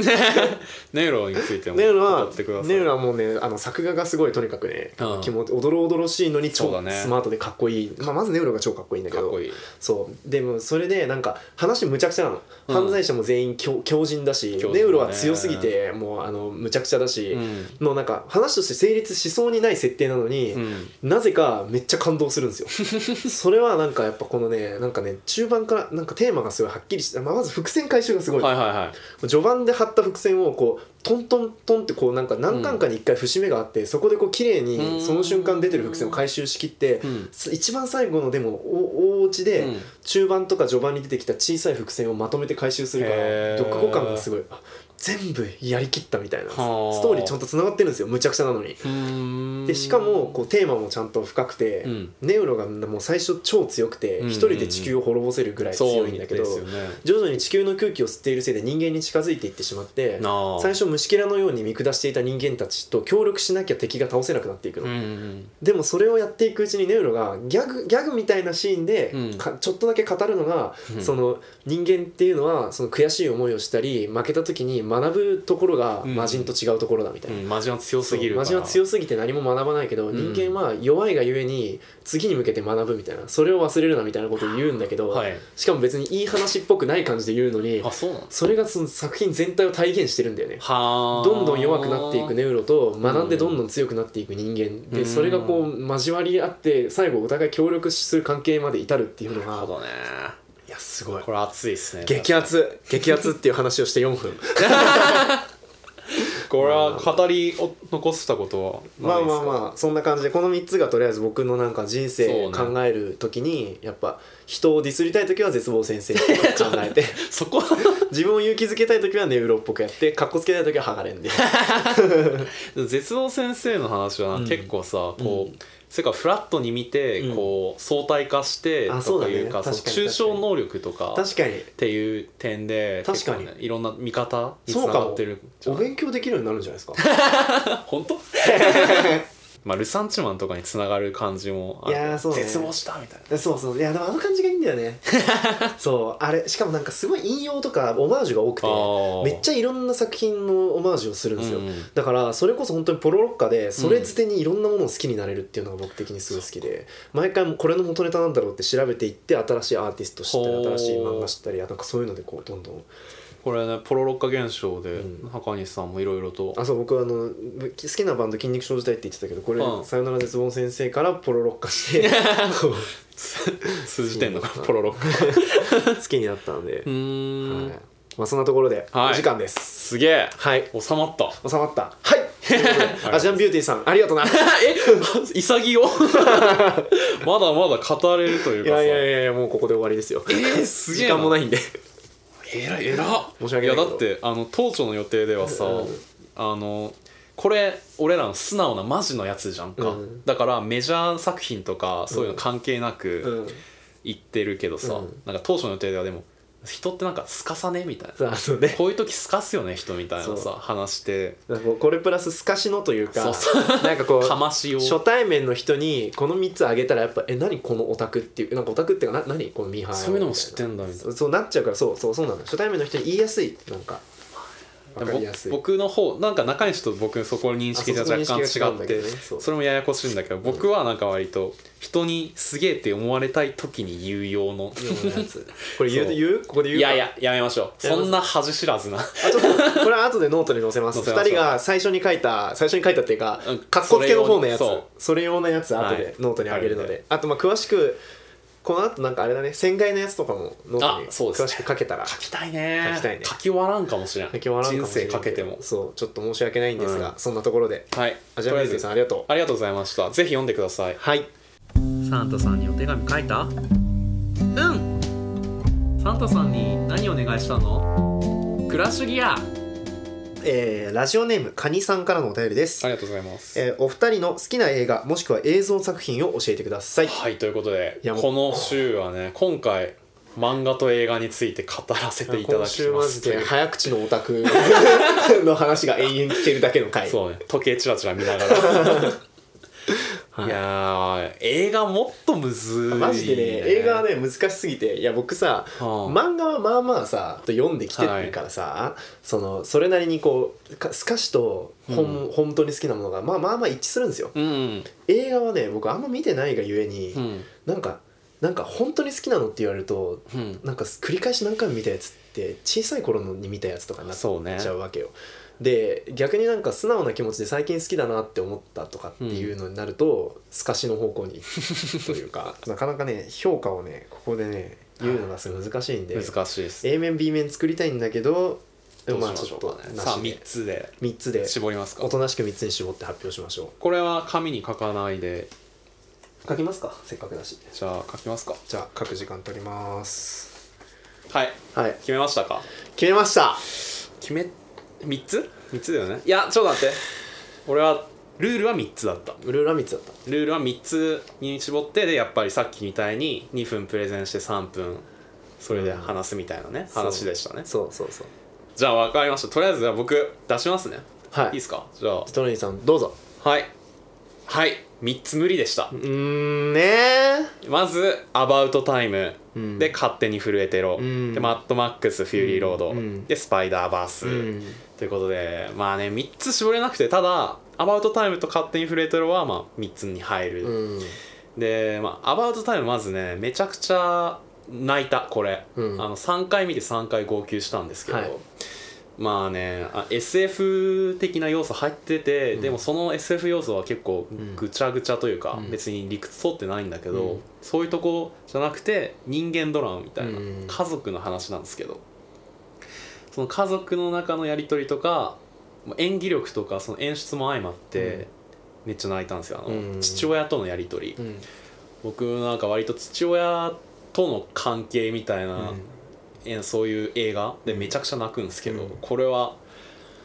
Speaker 1: ネイロについても
Speaker 2: ネウロは
Speaker 1: 語ってください
Speaker 2: ネウロはもうねあの作画がすごいとにかくね、
Speaker 1: うん
Speaker 2: 気持ちおどろおどろしいのに
Speaker 1: そう
Speaker 2: 超
Speaker 1: だね
Speaker 2: スマートでかっこいい、まあ、まずネウロが超かっこいいんだけど
Speaker 1: かっこいい
Speaker 2: そうでもそれでなんか話むちゃくちゃなの、
Speaker 1: うん
Speaker 2: 犯罪者も全員強強人だし
Speaker 1: 強人だね
Speaker 2: ネウロは強すぎてもうあのむちゃくちゃだし、
Speaker 1: うん
Speaker 2: もうなんか話として成立しそうにない設定なのに、
Speaker 1: うん
Speaker 2: なぜかめっちゃ感動するんですよ それはなんかやっぱこのねなんかね中盤からなんかテーマがすごいはっきりして、まあ、まず伏線回収がすごい、
Speaker 1: はいはいはい
Speaker 2: 序盤で張った伏線をこうトントントンってこうなんか何巻かに1回節目があって、そこでこう綺麗
Speaker 1: うん
Speaker 2: にその瞬間出てる伏線を回収しきって、
Speaker 1: うん
Speaker 2: す一番最後のでもお大落ちで、
Speaker 1: うん
Speaker 2: 中盤とか序盤に出てきた小さい伏線をまとめて回収するか
Speaker 1: へー
Speaker 2: ら読後感がすごいあ全部やりきったみたいなス
Speaker 1: はあ
Speaker 2: トーリーちゃんと繋がってるんですよむちゃくちゃなのに。
Speaker 1: うん
Speaker 2: でしかもこうテーマもちゃんと深くて、
Speaker 1: うん
Speaker 2: ネウロがもう最初超強くて
Speaker 1: うん
Speaker 2: 一人で地球を滅ぼせるぐらい
Speaker 1: そ
Speaker 2: 強
Speaker 1: う
Speaker 2: いん
Speaker 1: で
Speaker 2: だけど、
Speaker 1: すよね
Speaker 2: 徐々に地球の空気を吸っているせいで人間に近づいていってしまって
Speaker 1: なあ
Speaker 2: 最初虫けらのように見下していた人間たちと協力しなきゃ敵が倒せなくなっていくの、
Speaker 1: うんうん
Speaker 2: でもそれをやっていくうちにネウロがギャグギャグみたいなシーンで
Speaker 1: うん
Speaker 2: かちょっとだけ語るのが、
Speaker 1: うん
Speaker 2: その人間っていうのはその悔しい思いをしたり負けた時に学ぶところが
Speaker 1: うん
Speaker 2: 魔人と違うところだみたいな。
Speaker 1: うんマジは強す
Speaker 2: そう
Speaker 1: ぎるから
Speaker 2: 魔人は強すぎて何も学ばないけど、
Speaker 1: ん
Speaker 2: 人間は弱いがゆえに次に向けて学ぶみたいなそれを忘れるなみたいなことを言うんだけど、
Speaker 1: はい
Speaker 2: しかも別にいい話っぽくない感じで言うのに
Speaker 1: あそうなんです
Speaker 2: それがその作品全体を体現してるんだよね
Speaker 1: はあ
Speaker 2: どんどん弱くなっていくネウロと学んで
Speaker 1: うん
Speaker 2: どんどん強くなっていく人間
Speaker 1: う
Speaker 2: で
Speaker 1: ん
Speaker 2: それがこう交わり合って最後お互い協力する関係まで至るっていう
Speaker 1: な
Speaker 2: の
Speaker 1: るほど
Speaker 2: が
Speaker 1: ね
Speaker 2: いやすごい
Speaker 1: これ熱いですね
Speaker 2: 激アツ激アツっていう話をして4分
Speaker 1: これは語りを残したことは
Speaker 2: まあまあ
Speaker 1: あ
Speaker 2: まあそんな感じでこの3つがとりあえず僕のなんか人生を考える時にやっぱ人をディスりたい時は絶望先生って考え て
Speaker 1: そこ
Speaker 2: 自分を勇気づけたい時はネウロっぽくやってかっこつけたい時はハガレンで。
Speaker 1: 絶望先生の話はな
Speaker 2: うん
Speaker 1: 結構さこうそれからフラットに見て
Speaker 2: うん
Speaker 1: こう相対化して
Speaker 2: あ
Speaker 1: とかいうか
Speaker 2: そうだね
Speaker 1: その
Speaker 2: 確かに
Speaker 1: 抽象能力とかっ
Speaker 2: 確かに
Speaker 1: ていう点で
Speaker 2: 確かに
Speaker 1: 結構ねいろんな見方につながってる
Speaker 2: お勉強できるようになるんじゃ ないですか
Speaker 1: 本当まあルサンチマンとかにつながる感じもある
Speaker 2: いやーそうね
Speaker 1: 絶望したみたいな
Speaker 2: そうそういやでもあの感じがいいんだよね そうあれしかもなんかすごい引用とかオマージュが多くてめっち
Speaker 1: ゃ
Speaker 2: ゃいろんな作品のオマージュをするんですよ、
Speaker 1: うんうん
Speaker 2: だからそれこそ本当にポロロッカでそれづてにいろんなものを好きになれるっていうのが僕的にすごい好きで毎回もうこれの元ネタなんだろうって調べていって新しいアーティスト知った
Speaker 1: ほ
Speaker 2: り
Speaker 1: う
Speaker 2: 新しい漫画知ったりなんかそういうのでこうどんどん
Speaker 1: これねポロロッカ現象で
Speaker 2: うん
Speaker 1: 中西さんもいろいろと
Speaker 2: あそう僕あのぶ好きなバンド「筋肉症時代」って言ってたけどこれ、
Speaker 1: うん
Speaker 2: さよなら絶望先生からポロロッカしてこう
Speaker 1: 通じてんのか
Speaker 2: そう
Speaker 1: ポロロッカ
Speaker 2: 好きになったので
Speaker 1: う、ーん
Speaker 2: はいまあ、そんなところで
Speaker 1: はい
Speaker 2: お時間です、
Speaker 1: すげえ
Speaker 2: はい
Speaker 1: 収まった
Speaker 2: 収まったはいということでアジアンビューティーさんありがとうない
Speaker 1: え潔 まだまだ語れるというかさ
Speaker 2: やいやいやいやもうここで終わりですよ
Speaker 1: えーすげえ
Speaker 2: 時間もないんで
Speaker 1: えらいえら
Speaker 2: 申し訳ないけど
Speaker 1: やだってあの当初の予定ではさ、
Speaker 2: うん
Speaker 1: あのこれ俺らの素直なマジのやつじゃんか、
Speaker 2: うん
Speaker 1: だからメジャー作品とかそういうの関係な
Speaker 2: う
Speaker 1: く
Speaker 2: ん
Speaker 1: 言ってるけどさ、
Speaker 2: うん
Speaker 1: なんか当初の予定ではでも人ってなんかすかさねみたいな
Speaker 2: さあそうね
Speaker 1: こういう時すかすよね人みたいな
Speaker 2: そう
Speaker 1: さ話して
Speaker 2: なんかこうこれプラス透かしのという
Speaker 1: そ
Speaker 2: か
Speaker 1: うそ
Speaker 2: なんかこう
Speaker 1: かましを
Speaker 2: 初対面の人にこの3つあげたらやっぱ「え何このオタク」っていうなんかオタクっていうかな何このミーハー
Speaker 1: そういうのも知ってんだみたいな
Speaker 2: そうそうなっちゃうからそうそうそうなの初対面の人に言いやすいなんかわかりやすい
Speaker 1: ぼ僕の方なんか中西と僕そこの認識が
Speaker 2: あそこ
Speaker 1: 若
Speaker 2: の認
Speaker 1: 干
Speaker 2: 識が違う
Speaker 1: 違
Speaker 2: ん
Speaker 1: っ
Speaker 2: だけ
Speaker 1: て
Speaker 2: どねそう
Speaker 1: それもややこしいんだけど僕はなんか割と人にすげえって思われたい時に言う用の
Speaker 2: ようなやつこれ言う
Speaker 1: そう
Speaker 2: 言うここで言
Speaker 1: い
Speaker 2: うい
Speaker 1: やいややめましょう
Speaker 2: や
Speaker 1: そ
Speaker 2: めます
Speaker 1: んな恥知らずな
Speaker 2: あちょっとこれは後でノートに載せます
Speaker 1: 載せましょう
Speaker 2: 2人が最初に書いた最初に書いたっていうか
Speaker 1: うん
Speaker 2: かっこつけの方のやつ
Speaker 1: それ用に
Speaker 2: それ用のやつ後
Speaker 1: は
Speaker 2: で
Speaker 1: い
Speaker 2: ノートにあげるの
Speaker 1: あるん
Speaker 2: であとまあ詳しくこの後なんかあれだね船外のやつとかもノートに
Speaker 1: あそうですね
Speaker 2: 詳しく書けたら
Speaker 1: 書きたいね
Speaker 2: 書きたいね
Speaker 1: 書き終わらんかもしれん
Speaker 2: 書き終わらんか
Speaker 1: 人
Speaker 2: もしれ
Speaker 1: 生
Speaker 2: ないけ
Speaker 1: か
Speaker 2: ど
Speaker 1: けても
Speaker 2: そうちょっと申し訳ないんですが、
Speaker 1: う
Speaker 2: そんなところで
Speaker 1: はい
Speaker 2: アジアミュージックさんありがとう
Speaker 1: ありがとうございましたぜひ読んでください
Speaker 2: はい
Speaker 1: サンタさんにお手紙書いたうんサンタさんに何お願いしたのクラッシュギアあ
Speaker 2: えーラジオネームカニさんからのお便りです、
Speaker 1: りがとうございます
Speaker 2: えーお二人の好きな映画もしくは映像作品を教えてください
Speaker 1: はいということで
Speaker 2: いやもう
Speaker 1: この週はね今回漫画と映画について語らせていただ
Speaker 2: 今
Speaker 1: き
Speaker 2: 週
Speaker 1: ま
Speaker 2: マ
Speaker 1: す
Speaker 2: ジ
Speaker 1: とい
Speaker 2: で
Speaker 1: う
Speaker 2: 早口のオタクの話が延々聞けるだけの回
Speaker 1: そうね時計チラチラ見 ながらいやー映画もっとむずい、
Speaker 2: マジでね映画はね難しすぎていや僕さ、
Speaker 1: うん
Speaker 2: 漫画はまあまあさ読んできてるからさ、そのそれなりにこうか透かしと本,、本当に好きなものがまあまあまあ一致するんですよ
Speaker 1: うん
Speaker 2: 映画はね僕あんま見てないがゆえに、
Speaker 1: うん
Speaker 2: なんかなんか本当に好きなのって言われると
Speaker 1: うん
Speaker 2: なんか繰り返し何回も見たやつって小さい頃のに見たやつとかになっ
Speaker 1: そうね
Speaker 2: ちゃうわけよ、で逆になんか素直な気持ちで最近好きだなって思ったとかっていうのになると、透かしの方向にという かなかなかね評価をねここでね言うのがすごい難しいんで、
Speaker 1: 難しいです
Speaker 2: A 面 B 面作りたいんだけど
Speaker 1: どう
Speaker 2: まあ
Speaker 1: しま
Speaker 2: ち
Speaker 1: しょ
Speaker 2: ょっ
Speaker 1: う
Speaker 2: と
Speaker 1: かね
Speaker 2: な
Speaker 1: さあ
Speaker 2: しで
Speaker 1: 3つで
Speaker 2: 3つで
Speaker 1: 絞りますか
Speaker 2: おとなしく3つに絞って発表しましょ
Speaker 1: これは紙に書かないで
Speaker 2: う書きますかせっかくだし
Speaker 1: じゃあ書きますか
Speaker 2: じゃあ書く時間取ります
Speaker 1: はい
Speaker 2: はい
Speaker 1: 決めましたか
Speaker 2: 決めました
Speaker 1: 決め3つ ?3 つだよねいやちょっと待って俺はルールは3つだった
Speaker 2: ルーラミッツだった
Speaker 1: ルールは3つに絞ってでやっぱりさっきみたいに2分プレゼンして3分それで話すみたいなね、話でしたね
Speaker 2: そうそうそう
Speaker 1: じゃあ分かりましたとりあえずじゃあ僕出しますね
Speaker 2: はい
Speaker 1: いいですかじゃあ
Speaker 2: トロニーさんどうぞ
Speaker 1: はいはい3つ無理でした
Speaker 2: うーんねー
Speaker 1: まず「アバウトタイム」
Speaker 2: ん
Speaker 1: で「勝手に震えてろ」
Speaker 2: ん
Speaker 1: で「マッドマックス・フューリー・ロード」
Speaker 2: ん
Speaker 1: で「スパイダーバース」
Speaker 2: ん
Speaker 1: ということでまあね3つ絞れなくてただ「アバウトタイム」と「勝手に震えてろ」はまあ3つに入る、
Speaker 2: うん
Speaker 1: で、まあ、アバウトタイムまずねめちゃくちゃ泣いたこれ、
Speaker 2: うん
Speaker 1: あの3回見て3回号泣したんですけど、
Speaker 2: はい
Speaker 1: まあねあ SF 的な要素入ってて、でもその SF 要素は結構ぐちゃぐちゃというか、
Speaker 2: うん
Speaker 1: 別に理屈通ってないんだけど、
Speaker 2: うん
Speaker 1: そういうとこじゃなくて人間ドラマみたいな、
Speaker 2: うん
Speaker 1: 家族の話なんですけどその家族の中のやり取りとかもう演技力とかその演出も相まって、めっちゃ泣いたんですよあの、
Speaker 2: うん
Speaker 1: 父親とのやり取り、
Speaker 2: うん
Speaker 1: 僕なんか割と父親との関係みたいな、えそういう映画でめちゃくちゃ泣くんですけど、
Speaker 2: うん
Speaker 1: これは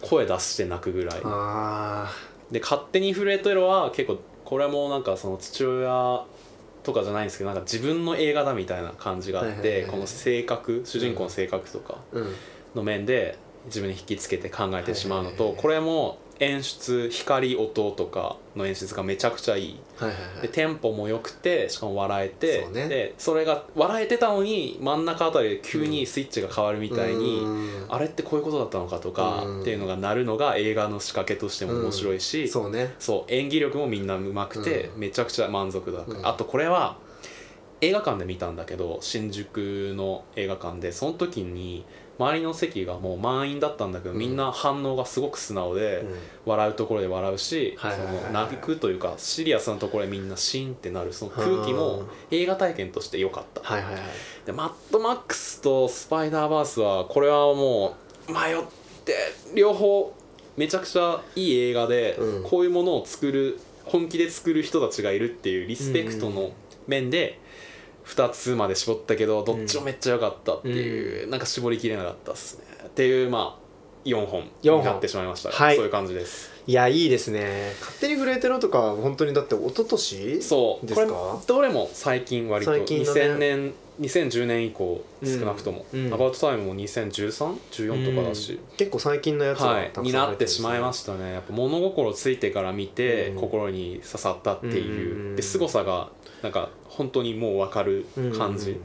Speaker 1: 声出して泣くぐらい
Speaker 2: あ
Speaker 1: で「勝手に震えてろ」は結構これもなんかその父親とかじゃないんですけどなんか自分の映画だみたいな感じがあっ
Speaker 4: はいはいはい
Speaker 1: て
Speaker 4: はい
Speaker 1: この性格主人公の性格とか
Speaker 4: うん
Speaker 1: の面で自分に引きつけて考えてしまうの
Speaker 4: はい
Speaker 1: と
Speaker 4: はいはい
Speaker 1: これも演出光音とかの演出がめちゃくちゃいい
Speaker 4: はいはいは
Speaker 1: で
Speaker 4: い
Speaker 1: テンポも良くてしかも笑えて
Speaker 4: そうね
Speaker 1: でそれが笑えてたのに真ん中あたりで急にスイッチが変わるみたいに、
Speaker 4: うん
Speaker 1: あれってこういうことだったのかとか、
Speaker 4: うん
Speaker 1: っていうのがなるのが映画の仕掛けとしても面白いし、
Speaker 4: そうね
Speaker 1: そう演技力もみんな上手くて、
Speaker 4: う
Speaker 1: めちゃくちゃ満足だ、
Speaker 4: うん
Speaker 1: あとこれは映画館で見たんだけど新宿の映画館でその時に周りの席がもう満員だったんだけど、みんな反応がすごく素直で、
Speaker 4: うん
Speaker 1: 笑うところで笑うし、
Speaker 4: はいはいはいはい
Speaker 1: その泣くというかシリアスなところでみんなシーンってなるその空気も映画体験として良かった、
Speaker 4: はいはいはい
Speaker 1: でマッドマックスとスパイダーバースはこれはもう迷って両方めちゃくちゃいい映画で、
Speaker 4: うん
Speaker 1: こういうものを作る本気で作る人たちがいるっていうリスペクトの面で2つまで絞ったけどどっちもめっちゃ良かったっていう、なんか絞りきれなかったっすねっていうまあ4本
Speaker 4: 四本
Speaker 1: になってしまいましたが
Speaker 4: はい
Speaker 1: そういう感じです
Speaker 4: いやいいですね
Speaker 2: 勝手に震えてろとかは本当にだって一昨年
Speaker 1: そう
Speaker 2: ですか
Speaker 1: これどれも最近割と
Speaker 4: 最近のね
Speaker 1: 2000年、2010年以降
Speaker 4: うん
Speaker 1: 少なくとも、
Speaker 4: うん
Speaker 1: アバウトタイムも201314とかだし、
Speaker 2: 結構最近のやつ
Speaker 1: はい、
Speaker 2: たくさん入
Speaker 1: に
Speaker 2: てるん
Speaker 1: なってしまいま
Speaker 2: し
Speaker 1: したねやっぱ物心ついてから見て、
Speaker 4: うん
Speaker 1: 心に刺さったっていう,、
Speaker 4: うん
Speaker 1: で凄さがなんか本当にもう分かる感じ、
Speaker 4: うん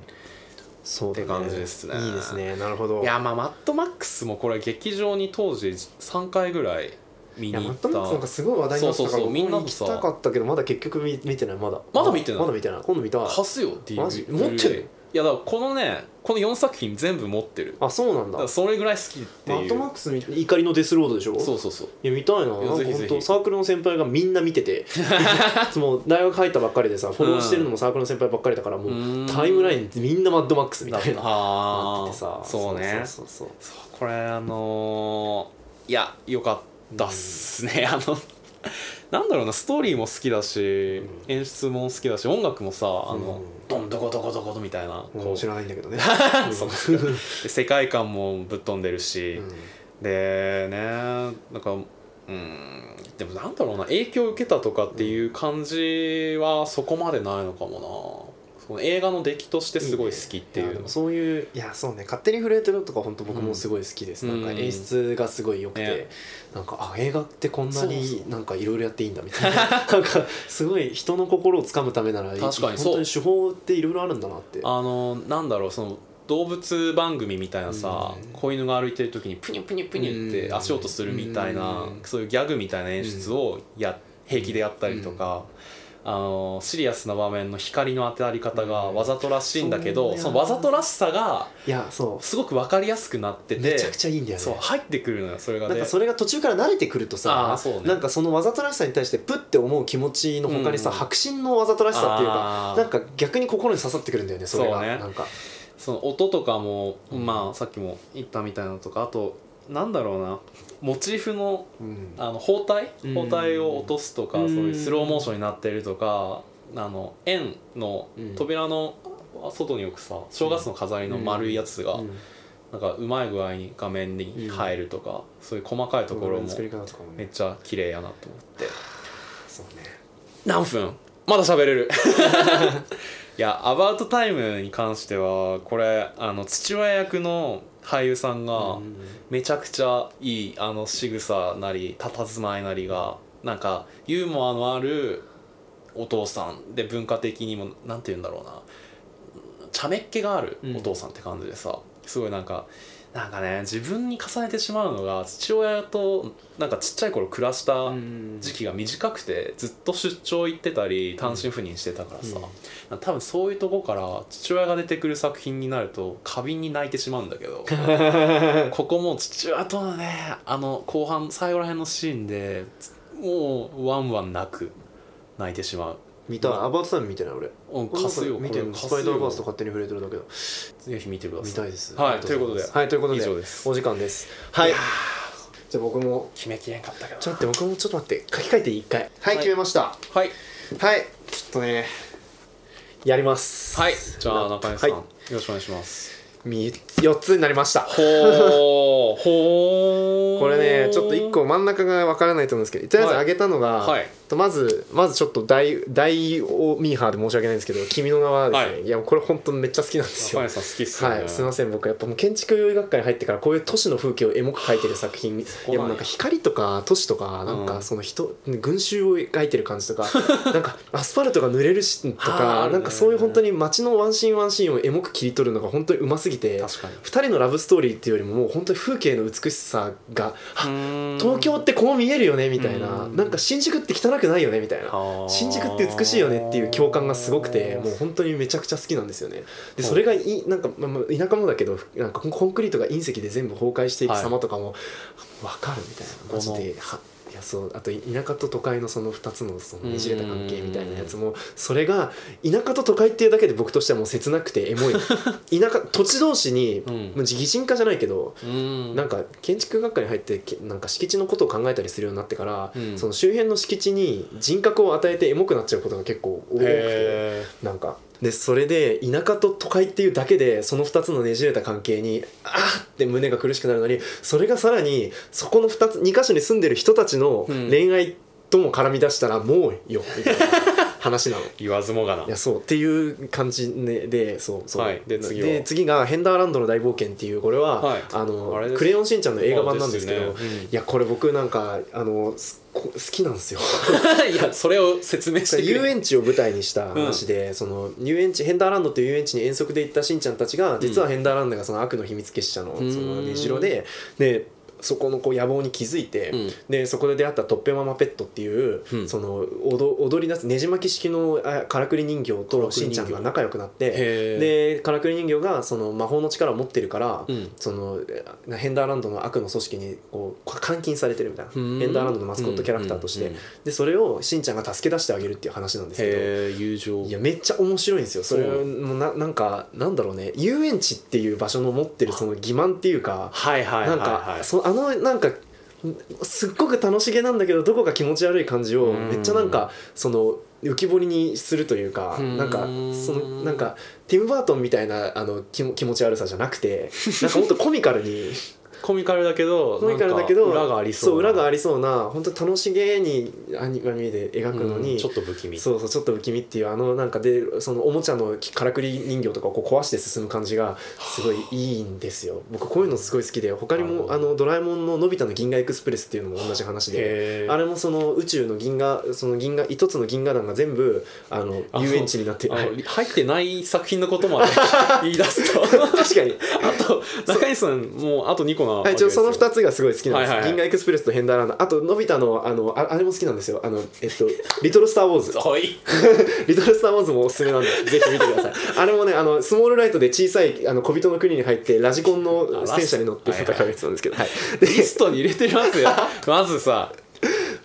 Speaker 4: そう
Speaker 1: って感じですね
Speaker 4: いいですねなるほど
Speaker 1: いやまあマッドマックスもこれ劇場に当時3回ぐらい見
Speaker 2: い
Speaker 1: に
Speaker 2: やマ
Speaker 1: 行
Speaker 2: ッ
Speaker 1: っ
Speaker 2: ト
Speaker 1: た
Speaker 2: マックスなんかすごい話題になってたか
Speaker 1: そうそう
Speaker 2: ら
Speaker 1: そうみんなと
Speaker 2: 僕
Speaker 1: さ
Speaker 2: も行きたかったけどまだ結局見見てないまだ
Speaker 1: まだ見てない
Speaker 2: まだ見てない今度見たい
Speaker 1: 貸すよ DVD
Speaker 2: マジ持ってる
Speaker 1: いやだからこのねこの4作品全部持ってる
Speaker 2: あそうなん
Speaker 1: だ
Speaker 2: だ
Speaker 1: からそれぐらい好きって
Speaker 2: マ
Speaker 1: い
Speaker 2: ットマッ
Speaker 1: う
Speaker 2: クス見怒りのデスロードでしょ
Speaker 1: そううそうそう
Speaker 2: いや見たいななん
Speaker 1: いや
Speaker 2: か
Speaker 1: ぜひ
Speaker 2: 本
Speaker 1: ぜ
Speaker 2: 当
Speaker 1: ひ
Speaker 2: サークルの先輩がみんな見 ててもう大学入ったばっかりでさフォローしてるのもサークルの先輩ばっかりだからも
Speaker 1: うー
Speaker 2: うんタイムラインみんなマッドマックスみたいな
Speaker 1: あ
Speaker 2: なっ
Speaker 1: あ
Speaker 2: ててさ
Speaker 1: そうね
Speaker 2: そうそうそう
Speaker 1: そうこれあのーいやよかったっすね、あのなんだろうなストーリーも好きだし、演出も好きだし音楽もさあの、
Speaker 2: うん
Speaker 1: どんどこどこどことみたいな、
Speaker 2: も
Speaker 1: こ
Speaker 2: う
Speaker 1: う
Speaker 2: 知らないんだ けどね
Speaker 1: で世界観もぶっ飛んでるし、でねなんかうんでもなんだろうな影響を受けたとかっていう感じはそこまでないのかもなその映画の出来としてすごい好きって
Speaker 2: い
Speaker 1: い
Speaker 2: や
Speaker 1: う
Speaker 2: で
Speaker 1: の
Speaker 2: もそういういやそうね勝手に震えてるとか本当僕もすごい好きです、
Speaker 1: うん
Speaker 2: なんか演出がすごい良くて、
Speaker 1: ね
Speaker 2: なんかあ映画ってこんな
Speaker 1: そうそ
Speaker 2: になんかいろいろやっていいんだみたいな なんかすごい人の心をつかむためなら
Speaker 1: 確かにそう
Speaker 2: 本当に手法っていろいろあるんだなって
Speaker 1: あのなんだろうその動物番組みたいなさ、
Speaker 2: うん
Speaker 1: 子犬が歩いてる時にプニュプニュプニュって
Speaker 2: うん
Speaker 1: 足音するみたいな、
Speaker 2: うん
Speaker 1: そういうギャグみたいな演出をや、平気でやったりとか。あのシリアスな場面の光の当たり方がわざとらしいんだけど、
Speaker 2: うん
Speaker 1: そのわざとらしさが
Speaker 2: いやそ
Speaker 1: すごく分かりやすくなって
Speaker 2: う
Speaker 1: て
Speaker 2: めちゃくちゃいいんだよね
Speaker 1: そう入ってくるのよそれがね
Speaker 2: なんかそれが途中から慣れてくると
Speaker 1: あ
Speaker 2: さ
Speaker 1: ーそうね
Speaker 2: なんかそのわざとらしさに対してプッて思う気持ちのほかにさ、
Speaker 1: うん
Speaker 2: 迫真のわざとらしさっていうか
Speaker 1: あー
Speaker 2: なんか逆に心に刺さってくるんだよねそれが
Speaker 1: そうね
Speaker 2: なんか
Speaker 1: その音とかも、まあさっきも言ったみたいなのとかあとなんだろうなモチーフの
Speaker 2: うん
Speaker 1: あの包
Speaker 2: うん
Speaker 1: 帯包帯を落とすとか
Speaker 2: う
Speaker 1: そうんいうスローモーションになってるとかあの円の
Speaker 2: うん
Speaker 1: 扉の外に置くさ正月の飾りの丸いやつが
Speaker 2: うん
Speaker 1: なんかうまい具合に画面に入るとかそういう細かいところも
Speaker 2: 作り方とかも
Speaker 1: め
Speaker 2: ね
Speaker 1: っちゃ綺麗やなと思って
Speaker 2: そうね
Speaker 1: 何分まだ喋れる いや「アバウトタイム」に関してはこれあの父親役の俳優さんが、めちゃくちゃいいあの仕草なり佇まいなりがなんかユーモアのあるお父さんで文化的にもなんて言うんだろうな茶目っ気があるお父さんって感じでさ、すごいなんかなんかね自分に重ねてしまうのが父親となんかちっちゃい頃暮らした時期が短くてずっと出張行ってたり単身赴任してたからさ、多分そういうとこから父親が出てくる作品になると過敏に泣いてしまうんだけどここも父親とのねあの後半最後ら辺のシーンでもうワンワン泣く泣いてしまう。
Speaker 2: 見たいアバウトタイム見てない俺
Speaker 1: うん貸すよ
Speaker 2: 見てるの
Speaker 1: これ貸
Speaker 2: ス
Speaker 1: すよ
Speaker 2: パイダーバースと勝手に触れてるだけだ
Speaker 1: ぜひ見てください
Speaker 2: 見たいです
Speaker 1: はいということで
Speaker 2: はいということで
Speaker 1: 以上です
Speaker 2: お時間ですはいじゃあ僕も
Speaker 1: 決めきれんかったけど
Speaker 2: ちょっと待って僕もちょっと待って書き換えていい一回はい決めました
Speaker 1: はい
Speaker 2: はいちょっとねやります
Speaker 1: はいじゃあ中西さん、
Speaker 2: は
Speaker 1: よろしくお願いします
Speaker 2: み四つになりました
Speaker 1: ほーほー
Speaker 2: これねちょっと一個真ん中がわからないと思うんですけどとりあえず
Speaker 1: はい
Speaker 2: 上げたのが、
Speaker 1: はい
Speaker 2: とまずまずちょっと大大をミーハーで申し訳ないんですけど「君の名は」ですね、
Speaker 1: はい
Speaker 2: い、やこれ本当めっちゃ好きなんですよ
Speaker 1: パン屋さん好きっすよね、
Speaker 2: はい、すみません僕やっぱもう建築学科に入ってからこういう都市の風景をエモく描いてる作品い
Speaker 1: こなんや
Speaker 2: やもうなんか光とか都市とかなん
Speaker 1: う
Speaker 2: か
Speaker 1: ん
Speaker 2: その人、群衆を描いてる感じ とかなんかアスファルトが濡れるしと
Speaker 1: はああ
Speaker 2: か、
Speaker 1: るね
Speaker 2: なんかそういう本当に街のワンシーンワンシーンをエモく切り取るのが本当にうますぎて
Speaker 1: 確かに
Speaker 2: 2人のラブストーリーっていうよりももう本当に風景の美しさがあ東京ってこう見えるよねみたいな
Speaker 1: うん
Speaker 2: なんか新宿って汚くないよねみたいな新宿って美しいよねっていう共感がすごくてもう本当にめちゃくちゃ好きなんですよねでそれがいなんか、まあまあ、田舎もだけどなんかコンクリートが隕石で全部崩壊していく
Speaker 1: はい
Speaker 2: 様とかも、わ分かるみたいなマ
Speaker 1: そこの
Speaker 2: ジではいやそうあと田舎と都会のその2つのそのねじれた関係みたいなやつもそれが田舎と都会っていうだけで僕としてはもう切なくてエモい 田舎土地同士に、
Speaker 1: うん
Speaker 2: もう擬人化じゃないけど
Speaker 1: うん
Speaker 2: なんか建築学科に入ってけなんか敷地のことを考えたりするようになってから、
Speaker 1: うん
Speaker 2: その周辺の敷地に人格を与えてエモくなっちゃうことが結構多くて
Speaker 1: へ
Speaker 2: なんかでそれで田舎と都会っていうだけでその2つのねじれた関係にあーって胸が苦しくなるのにそれがさらにそこの 2, つ2箇所に住んでる人たちの
Speaker 1: うん
Speaker 2: 恋愛とも絡み出したらもうよみたいな話なの。
Speaker 1: ー言わずもがない
Speaker 2: やそうっていう感じ、ね、でそうそう、
Speaker 1: はいで次は
Speaker 2: が「ヘンダーランドの大冒険」っていうこれは、
Speaker 1: はい
Speaker 2: あの
Speaker 1: あれです
Speaker 2: クレヨンしんちゃん」の映画版なんですけど
Speaker 1: あですよねうん
Speaker 2: いやこれ僕なんかあのすこ好きなんですよ
Speaker 1: いやそれを説明してくれ
Speaker 2: 遊園地を舞台にした話で、その遊園地ヘンダーランドっていう遊園地に遠足で行ったしんちゃんたちが実はヘンダーランドがその悪の秘密結社のそ
Speaker 1: ん
Speaker 2: の根城ででそこのこう野望に気づいて、
Speaker 1: うん
Speaker 2: でそこで出会ったトッペママペットっていう、
Speaker 1: うん
Speaker 2: その踊踊り出すねじ巻き式のあからくり人形と
Speaker 1: くり
Speaker 2: し
Speaker 1: 人形
Speaker 2: んちゃんが仲良くなっ
Speaker 1: へ
Speaker 2: てでからくり人形がその魔法の力を持ってるから、
Speaker 1: うん
Speaker 2: そのえヘンダーランドの悪の組織にこう監禁されてるみたいな、
Speaker 1: うん
Speaker 2: ヘンダーランドのマスコットキャラクターとして、
Speaker 1: うんうんうん
Speaker 2: でそれをしんちゃんが助け出してあげるっていう話なんですけど。
Speaker 1: へえ友情
Speaker 2: いやめっちゃ面白いんですよそれ
Speaker 1: そう
Speaker 2: もななんかなんだろうね遊園地っていう場所の持ってるその欺瞞っていうか
Speaker 1: はいはいは
Speaker 2: ないんか
Speaker 1: はい
Speaker 2: そあのなんかすっごく楽しげなんだけどどこか気持ち悪い感じを
Speaker 1: うん
Speaker 2: めっちゃなんかその浮き彫りにするというか
Speaker 1: うん
Speaker 2: なんかそのなんかティム・バートンみたいなあの気も気持ち悪さじゃな くてなんかもっとコミカルに
Speaker 1: コミカルだけど
Speaker 2: コミカルだけど
Speaker 1: なんか裏がありそう
Speaker 2: そう裏があ
Speaker 1: り
Speaker 2: りそうな本当に楽しげにアニメで描くのに、
Speaker 1: ちょっと不気味
Speaker 2: そうそうちょっと不気味っていうあのなんかでそのおもちゃのからくり人形とかをこう壊して進む感じがすごいいいんですよ僕こういうのすごい好きで他に
Speaker 1: なるほ
Speaker 2: も
Speaker 1: ど
Speaker 2: あのドラえもんの「のび太の銀河エクスプレス」っていうのも同じ話で。
Speaker 1: へー
Speaker 2: あれもその宇宙の銀河その銀河一つの銀河団が全部あの
Speaker 1: あの
Speaker 2: 遊園地になってる
Speaker 1: あ
Speaker 2: はい
Speaker 1: の入ってない作品のことま で言い出すと
Speaker 2: 確かに
Speaker 1: あと中西さんもうあと2個なわ
Speaker 2: は
Speaker 1: け
Speaker 2: い、
Speaker 1: で
Speaker 2: ち
Speaker 1: す
Speaker 2: ょ
Speaker 1: よ
Speaker 2: その2つがすごい好きなんです、
Speaker 1: はいはいはい
Speaker 2: 銀河エクスプレスとヘンダーランドあとのび太のあのああれも好きなんですよあの、えっと「リトル・スター・ウォーズ」
Speaker 1: おい
Speaker 2: リトル・スター・ウォーズもおすすめ なんで、ぜひ見てください。あれもね、あのスモールライトで小さいあの小人の国に入って、ラジコンの戦車に乗って
Speaker 1: あラ
Speaker 2: 戦
Speaker 1: ス
Speaker 2: うやつなんですけど、はい
Speaker 1: リストに入れてます よまずさ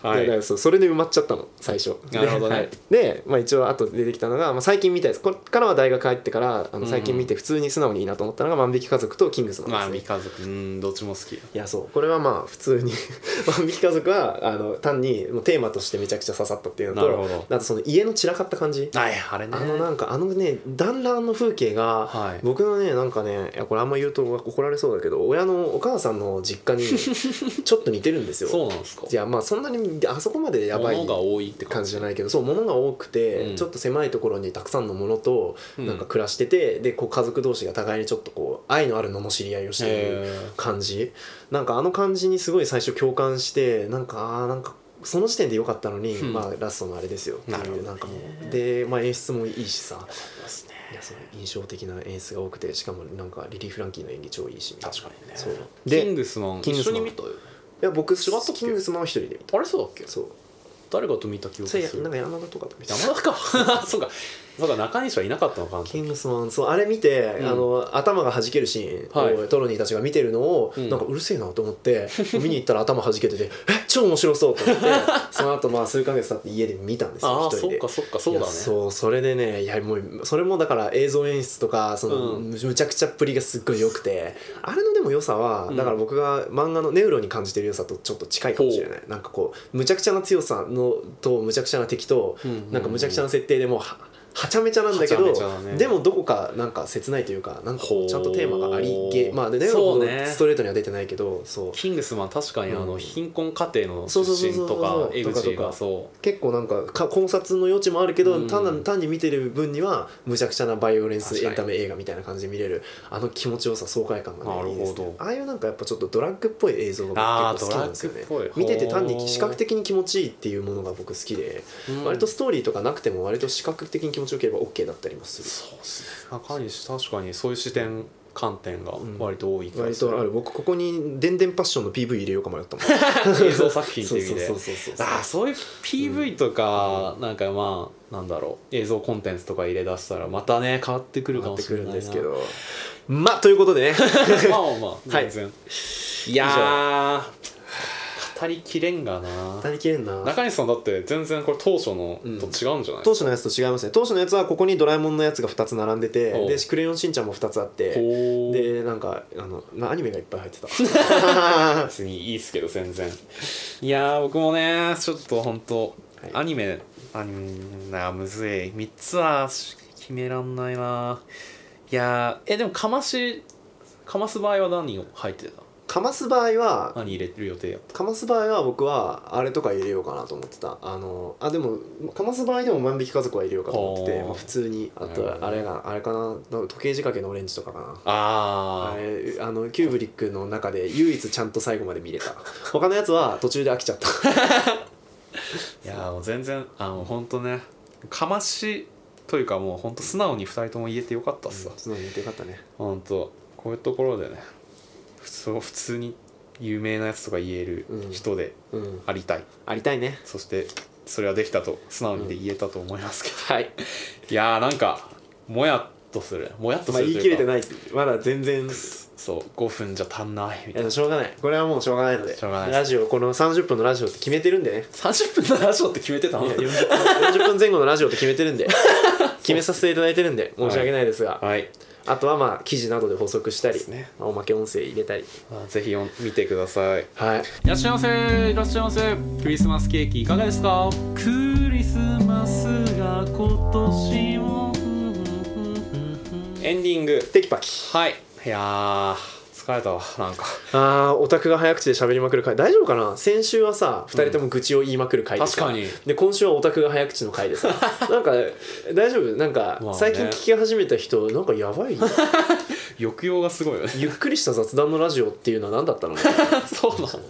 Speaker 1: は
Speaker 2: でだか
Speaker 1: い
Speaker 2: らそうそれで埋まっちゃったの、最初。
Speaker 1: なるほどね
Speaker 2: ではいで、まあ、一応、あと出てきたのが、まあ、最近見たやつ、これからは大学入ってから、あの最近見て、普通に素直にいいなと思ったのが、万引き家族とキングスマンです、
Speaker 1: ま
Speaker 2: ね。
Speaker 1: あ三日月うんどっちも好き
Speaker 2: いやそうこれはまあ普通に 万引き家族はあの単にもうテーマとしてめちゃくちゃ刺さったっていうの
Speaker 1: なるほど
Speaker 2: とあとその家の散らかった感じ
Speaker 1: はいあれね
Speaker 2: あのなんかあのね団らんの風景が、
Speaker 1: はい
Speaker 2: 僕のねなんかねいやこれあんま言うと怒られそうだけど親のお母さんの実 家にちょっと似てるんですよ。
Speaker 1: そうなんですか
Speaker 2: いやまあそんなにあそこまでやばい
Speaker 1: 物が多いって
Speaker 2: 感
Speaker 1: 感
Speaker 2: じ
Speaker 1: じ
Speaker 2: じゃないけどそう物が多くて、
Speaker 1: うん
Speaker 2: ちょっと狭いところにたくさんのものと
Speaker 1: うん
Speaker 2: なんか暮らしてて、でこう家族同士が互いにちょっとこう愛のある罵り合いをしている
Speaker 1: へー
Speaker 2: 感じなんかあの感じにすごい最初共感してなんかあーなんかその時点で良かったのに、
Speaker 1: うん
Speaker 2: まあラストのあれですよっていう
Speaker 1: なるほどね
Speaker 2: なんかもうで、まあ、演出もいいしさ
Speaker 1: ですね
Speaker 2: いやそう印象的な演出が多くてしかもなんかリリー・フランキーの演技超いいしみたいな
Speaker 1: 確かにね
Speaker 2: そうで
Speaker 1: キングスマン
Speaker 2: キング
Speaker 1: 一
Speaker 2: ス
Speaker 1: 緒
Speaker 2: マン
Speaker 1: に見たよ
Speaker 2: いや僕
Speaker 1: 違ったっけ
Speaker 2: キングスマンは一人で見た
Speaker 1: あれそうだっけ
Speaker 2: そう
Speaker 1: 誰かと見た記憶
Speaker 2: そ
Speaker 1: す
Speaker 2: れなん
Speaker 1: る
Speaker 2: か山田とかと見た
Speaker 1: 山田 かそうかそうか中西はいなかったのかな
Speaker 2: キングスマンそうあれ見て、
Speaker 1: うん
Speaker 2: あの頭が弾けるシーンを、
Speaker 1: は
Speaker 2: トロニーたちが見てるのを、
Speaker 1: うん
Speaker 2: なんかうるせえなと思って 見に行ったら頭弾けててえ超面白そうと思ってその後まあ数ヶ月経って家で見たんですよ
Speaker 1: ああ
Speaker 2: 一人
Speaker 1: そっ
Speaker 2: で
Speaker 1: か。そっかそう
Speaker 2: い
Speaker 1: だ
Speaker 2: や
Speaker 1: ね
Speaker 2: そうそれでねいやもうそれもだから映像演出とかその、
Speaker 1: うん
Speaker 2: むちゃくちゃっぷりがすっごい良くてあれのでも良さは、
Speaker 1: うん
Speaker 2: だから僕が漫画のネウロに感じてる良さとちょっと近いかもしれないなんかこうむちゃくちゃな強さのとむちゃくちゃな敵と、
Speaker 1: うんうんうん
Speaker 2: なんかむちゃくちゃな設定でもうははちゃめちゃなんだけ
Speaker 1: は
Speaker 2: ど、
Speaker 1: ちゃめちゃだね
Speaker 2: でもどこかなんか切ないというかなんか
Speaker 1: ほう
Speaker 2: ちゃんとテーマがありげまあね
Speaker 1: そうね
Speaker 2: ほどストレートには出てないけどそう
Speaker 1: キングスマン確かにあ
Speaker 2: う
Speaker 1: の
Speaker 2: ん
Speaker 1: 貧困家庭の出
Speaker 2: そうそうそう
Speaker 1: 身
Speaker 2: そう
Speaker 1: とか江口
Speaker 2: とかと
Speaker 1: が
Speaker 2: か
Speaker 1: そ
Speaker 2: 結構なんかか考察の余地もあるけど、
Speaker 1: うん
Speaker 2: 単な単に見てる分にはむちゃくちゃなバイオレン
Speaker 1: 確か
Speaker 2: スエ
Speaker 1: に
Speaker 2: ンタメ映画みたいな感じで見れるあの気持ちよさ爽快感が、ね、
Speaker 1: なるほど
Speaker 2: いいですねああいうなんかやっぱちょっとドラッグっぽい映像が
Speaker 1: あー
Speaker 2: 僕結構好きなんですよね
Speaker 1: ドラッグっぽい
Speaker 2: 見てて単
Speaker 1: ほ
Speaker 2: に
Speaker 1: う
Speaker 2: 視覚的に気持ちいいっていうものが僕好きで、
Speaker 1: う、うん
Speaker 2: 割とストーリーとかなくても割と視覚的に気持ちよければ OK だったりもす
Speaker 1: そうですね中西確かにそういう視点観点が割と多い気
Speaker 2: る
Speaker 1: が
Speaker 2: 割
Speaker 1: する、
Speaker 2: とある僕ここに「でんでんパッション」の PV 入れようか迷ったも ん
Speaker 1: 映像作品っていう意味で
Speaker 2: そうそうそうそうそう
Speaker 1: ああそういう PV とか、なんかまあなんだろう映像コンテンツとか入れ出したらまたね変わってくるか
Speaker 2: なっ
Speaker 1: も
Speaker 2: て
Speaker 1: し
Speaker 2: く
Speaker 1: れな
Speaker 2: る
Speaker 1: い
Speaker 2: ん
Speaker 1: な
Speaker 2: ですけどまあということ でね
Speaker 1: まあまあまあ
Speaker 2: は
Speaker 1: 全
Speaker 2: い
Speaker 1: 然、い、やー語りきれんがな
Speaker 2: 語りきれんな
Speaker 1: 中西さんだって全然これ当初のと違うんじゃない、
Speaker 2: 当初のやつと違いますね当初のやつはここにドラえもんのやつが2つ並んでて
Speaker 1: おう
Speaker 2: で「クレヨンしんちゃん」も2つあって
Speaker 1: ほー
Speaker 2: でなんかあのなアニメがいっぱい入 ってた
Speaker 1: 別にいいっすけど全然いやー僕もねちょっと本当、
Speaker 2: はい
Speaker 1: アニメアニメなむずい3つはし決めらんないないやーえでもかましかます場合は何を入ってた
Speaker 2: かます場合は
Speaker 1: 何入れる予定やった
Speaker 2: かます場合は僕はあれとか入れようかなと思ってたあのあでもかます場合でも万引き家族は入れようかと思ってて、
Speaker 1: ほう
Speaker 2: まあ、普通にあとはあれがあれかな時計仕掛けのオレンジとかかなあ
Speaker 1: あー
Speaker 2: れあのキューブリックの中で唯一ちゃんと最後まで見れた他のやつは途中で飽きちゃった
Speaker 1: いやーもう全然あの本当ねかましというかもう本当素直に2人とも言えてよかったっすわ、
Speaker 2: そのによってよかったね
Speaker 1: 本当こういうところでね普通普通に有名なやつとか言える人で
Speaker 2: うん
Speaker 1: ありたい、
Speaker 2: ありたいね
Speaker 1: そしてそれはできたと素直にで言えたと思いますけど、
Speaker 2: はい
Speaker 1: いやーなんかもやっとするもやっと
Speaker 2: ますあ
Speaker 1: る
Speaker 2: 言い
Speaker 1: と
Speaker 2: 切
Speaker 1: い
Speaker 2: れ
Speaker 1: うか、
Speaker 2: てないまだ全然い
Speaker 1: そう5分じゃ足んないみたいな
Speaker 2: やしょうがないこれはもうしょうがないので
Speaker 1: しょうがないです
Speaker 2: ラジオこの30分のラジオって決めてるんでね
Speaker 1: 30分のラジオって決めてたの
Speaker 2: いや 40, 分40分前後のラジオって決めて るんで決めさせていただいてるんで申し訳ないですが、
Speaker 1: はい、
Speaker 2: あとはまあ記事などで補足したり
Speaker 1: す、ね
Speaker 2: まあおまけ音声入れたり
Speaker 1: まあ、ぜひよ見てください
Speaker 2: はい
Speaker 1: いらっしゃいませいらっしゃいませクリスマスケーキいかがですかクリスマスが今年もエンディング
Speaker 2: テキパキ
Speaker 1: はいいやー疲れたわなんか
Speaker 2: あーオタクが早口で喋りまくる回大丈夫かな先週はさ2人とも愚痴を言いまくる回でさ
Speaker 1: 確かに
Speaker 2: で今週はオタクが早口の回 でさなんか大丈夫なんか
Speaker 1: まあね
Speaker 2: 最近聞き始めた人なんかやばいよ
Speaker 1: 抑揚がすごいよね
Speaker 2: ゆっくりした雑談のラジオっていうのは何だったのね
Speaker 1: そうなの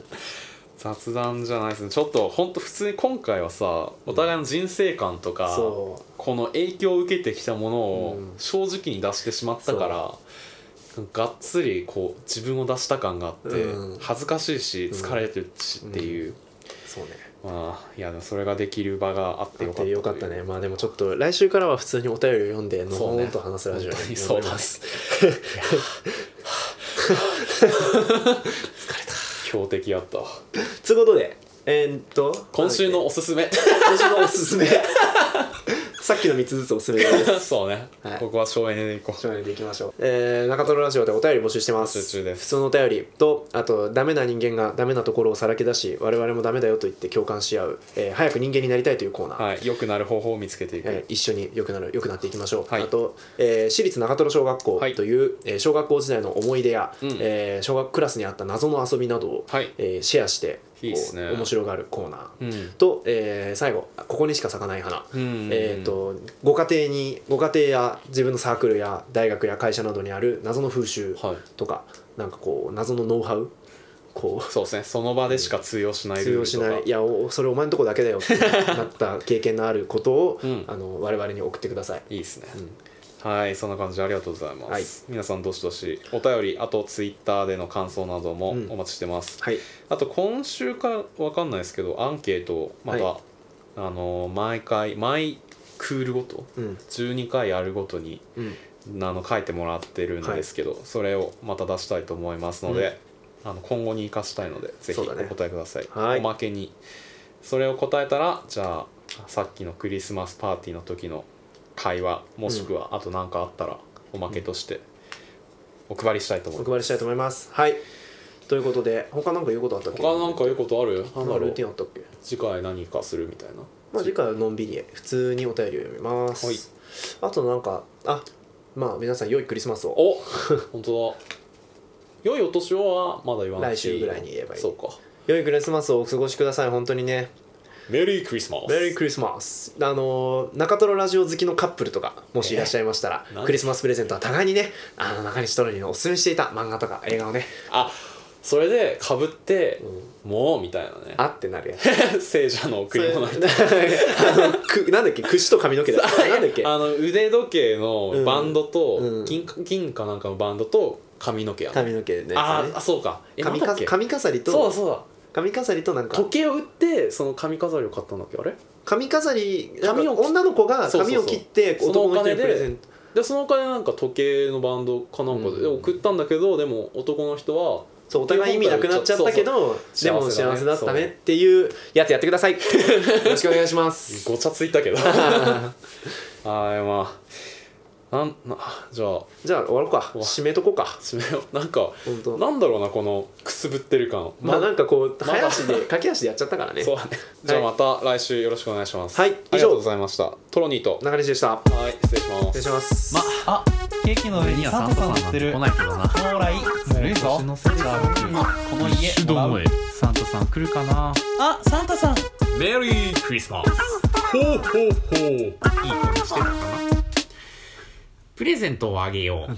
Speaker 1: 雑談じゃないですねちょっとほんと普通に今回はさお互いの人生観とか、
Speaker 2: そう
Speaker 1: この影響を受けてきたものを
Speaker 2: うん
Speaker 1: 正直に出してしまったから、がっつりこう自分を出した感があって、
Speaker 2: うん
Speaker 1: 恥ずかしいし疲れてるしっていう、
Speaker 2: そうね
Speaker 1: まあいやでもそれができる場があって
Speaker 2: だ
Speaker 1: よか
Speaker 2: っ
Speaker 1: った
Speaker 2: てよかったねまあでもちょっと来週からは普通にお便りを読んでの
Speaker 1: そう
Speaker 2: ほ
Speaker 1: ね
Speaker 2: ほんと話すラジオ
Speaker 1: 本当にそうだ
Speaker 2: で
Speaker 1: ね
Speaker 2: す
Speaker 1: 強敵やったわ
Speaker 2: ということでえーっと
Speaker 1: 今週のおすすめ
Speaker 2: 今週のおすすめ さっきの3つずつおすすめです
Speaker 1: そうね、
Speaker 2: はい
Speaker 1: ここは省エネでいこう
Speaker 2: 少年でいきましょう、えー、中トロラジオでお便り募集してま
Speaker 1: 募集
Speaker 2: す
Speaker 1: 中です
Speaker 2: 普通のお便りとあとダメな人間がダメなところをさらけ出し我々もダメだよと言って共感し合う、えー早く人間になりたいというコーナー、
Speaker 1: はい良くなる方法を見つけていく、
Speaker 2: えー一緒に良くなる良くなっていきましょう、
Speaker 1: はい
Speaker 2: あと、えー私立中トロ小学校
Speaker 1: はい
Speaker 2: という、えー小学校時代の思い出や、
Speaker 1: うん
Speaker 2: えー小学クラスにあった謎の遊びなどを、
Speaker 1: はい
Speaker 2: えーシェアして
Speaker 1: いいっすね
Speaker 2: こう面白がるコーナー、
Speaker 1: うん
Speaker 2: と、えー最後ここにしか咲かない花、
Speaker 1: うんうんうん
Speaker 2: えー、とご家庭にご家庭や自分のサークルや大学や会社などにある謎の風習
Speaker 1: はい
Speaker 2: とか、なんかこう謎のノウハウこう
Speaker 1: そうですねその場でしか通用しない
Speaker 2: 通
Speaker 1: ルー
Speaker 2: 用
Speaker 1: ル
Speaker 2: し
Speaker 1: とか
Speaker 2: ないいやおそれお前のとこだけだよってなった経験のあることを、
Speaker 1: うん
Speaker 2: あの我々に送ってください。
Speaker 1: いいですね、はいそんな感じでありがとうございます、
Speaker 2: はい
Speaker 1: 皆さんどしどしお便りあとツイッターでの感想なども
Speaker 2: うん
Speaker 1: お待ちしてます、
Speaker 2: はい、
Speaker 1: あと今週かわかんないですけどアンケートをまた、
Speaker 2: は
Speaker 1: あの毎回毎クールごと
Speaker 2: うん
Speaker 1: 12回あるごとに
Speaker 2: うん
Speaker 1: あの書いてもらってるんですけど、それをまた出したいと思いますので、あの今後に生かしたいのでぜひ
Speaker 2: そ
Speaker 1: お
Speaker 2: うだね
Speaker 1: 答えください、
Speaker 2: はい
Speaker 1: おまけにそれを答えたらじゃあさっきのクリスマスパーティーの時の会話もしくはあと何かあったらおまけとしてお配りしたいと思い
Speaker 2: お
Speaker 1: ます、
Speaker 2: 配りしたいと思います。はいということで他なんか言うことあったっけ
Speaker 1: 他なんか言うことある
Speaker 2: なんかルーティンあったっけ
Speaker 1: 次回何かするみたいな
Speaker 2: まあ、次回はのんびり普通にお便りを読みます、
Speaker 1: はい
Speaker 2: あとなんかあまあ皆さん良いクリスマスを
Speaker 1: お本当だ良いお年をはまだ言わない
Speaker 2: 来週ぐらいに言えばいい
Speaker 1: そうか
Speaker 2: 良いクリスマスをお過ごしください本当にね
Speaker 1: メリークリスマス
Speaker 2: メリークリスマスあのー中トロラジオ好きのカップルとかもしいらっしゃいましたら、
Speaker 1: えなん
Speaker 2: クリスマスプレゼントは互いにねあの中西トロニーのおすすめしていた漫画とか映画をね
Speaker 1: あそれでかぶって、もうみたいなね
Speaker 2: あってなるや つ
Speaker 1: 聖者の贈り物みたいな
Speaker 2: それ あのくなんだっけ櫛と髪の毛だっけなんだっけ
Speaker 1: あの腕時計のバンドと、
Speaker 2: うん
Speaker 1: 金か金かなんかのバンドと髪の毛やった
Speaker 2: 髪の毛のや
Speaker 1: あ
Speaker 2: つね
Speaker 1: あそうかえ
Speaker 2: 髪
Speaker 1: なんだっ
Speaker 2: か
Speaker 1: け
Speaker 2: 髪飾り
Speaker 1: そうだ
Speaker 2: と
Speaker 1: そうだ
Speaker 2: 髪飾りとなんか
Speaker 1: 時計を売ってその髪飾りを買ったんだっけあれ
Speaker 2: 髪飾り
Speaker 1: 髪
Speaker 2: 髪
Speaker 1: を
Speaker 2: を女の子が
Speaker 1: そうそうそう
Speaker 2: 髪を切って
Speaker 1: その
Speaker 2: 男
Speaker 1: お
Speaker 2: の人
Speaker 1: 金
Speaker 2: に
Speaker 1: で
Speaker 2: プレゼント
Speaker 1: でそのお金なんか時計のバンドかなんかで
Speaker 2: うん
Speaker 1: 送ったんだけど、でも男の人は
Speaker 2: そうお互い意味なくなっちゃったけど
Speaker 1: そうそう
Speaker 2: でも幸せだっ
Speaker 1: 幸
Speaker 2: た
Speaker 1: せだね
Speaker 2: ねっていうやつやってくださいよろしくお願い します
Speaker 1: ごちゃついたけ どはいまあなんなじゃあ
Speaker 2: じゃあ終わろうか
Speaker 1: わ
Speaker 2: 締めとこうか
Speaker 1: 締めようなんか
Speaker 2: 本当
Speaker 1: なんだろうなこのくすぶってる感
Speaker 2: まあなんかこう
Speaker 1: まだ
Speaker 2: 早足で駆け足でやっちゃったからね
Speaker 1: そうだねじゃあまた来週よろしくお願いします
Speaker 2: はい以上
Speaker 1: ありがとうございましたトロニーと
Speaker 2: 中西でした
Speaker 1: はい失礼します
Speaker 2: 失礼します
Speaker 5: あケーキの上にはサンタさん乗ってる来ないけどな将来ずるいぞのせがこの家
Speaker 6: 一度もえ
Speaker 5: サンタさん来るかなあサンタさん
Speaker 6: メリークリスマスほうほうほういい子にしてたかなプレゼントをあげよう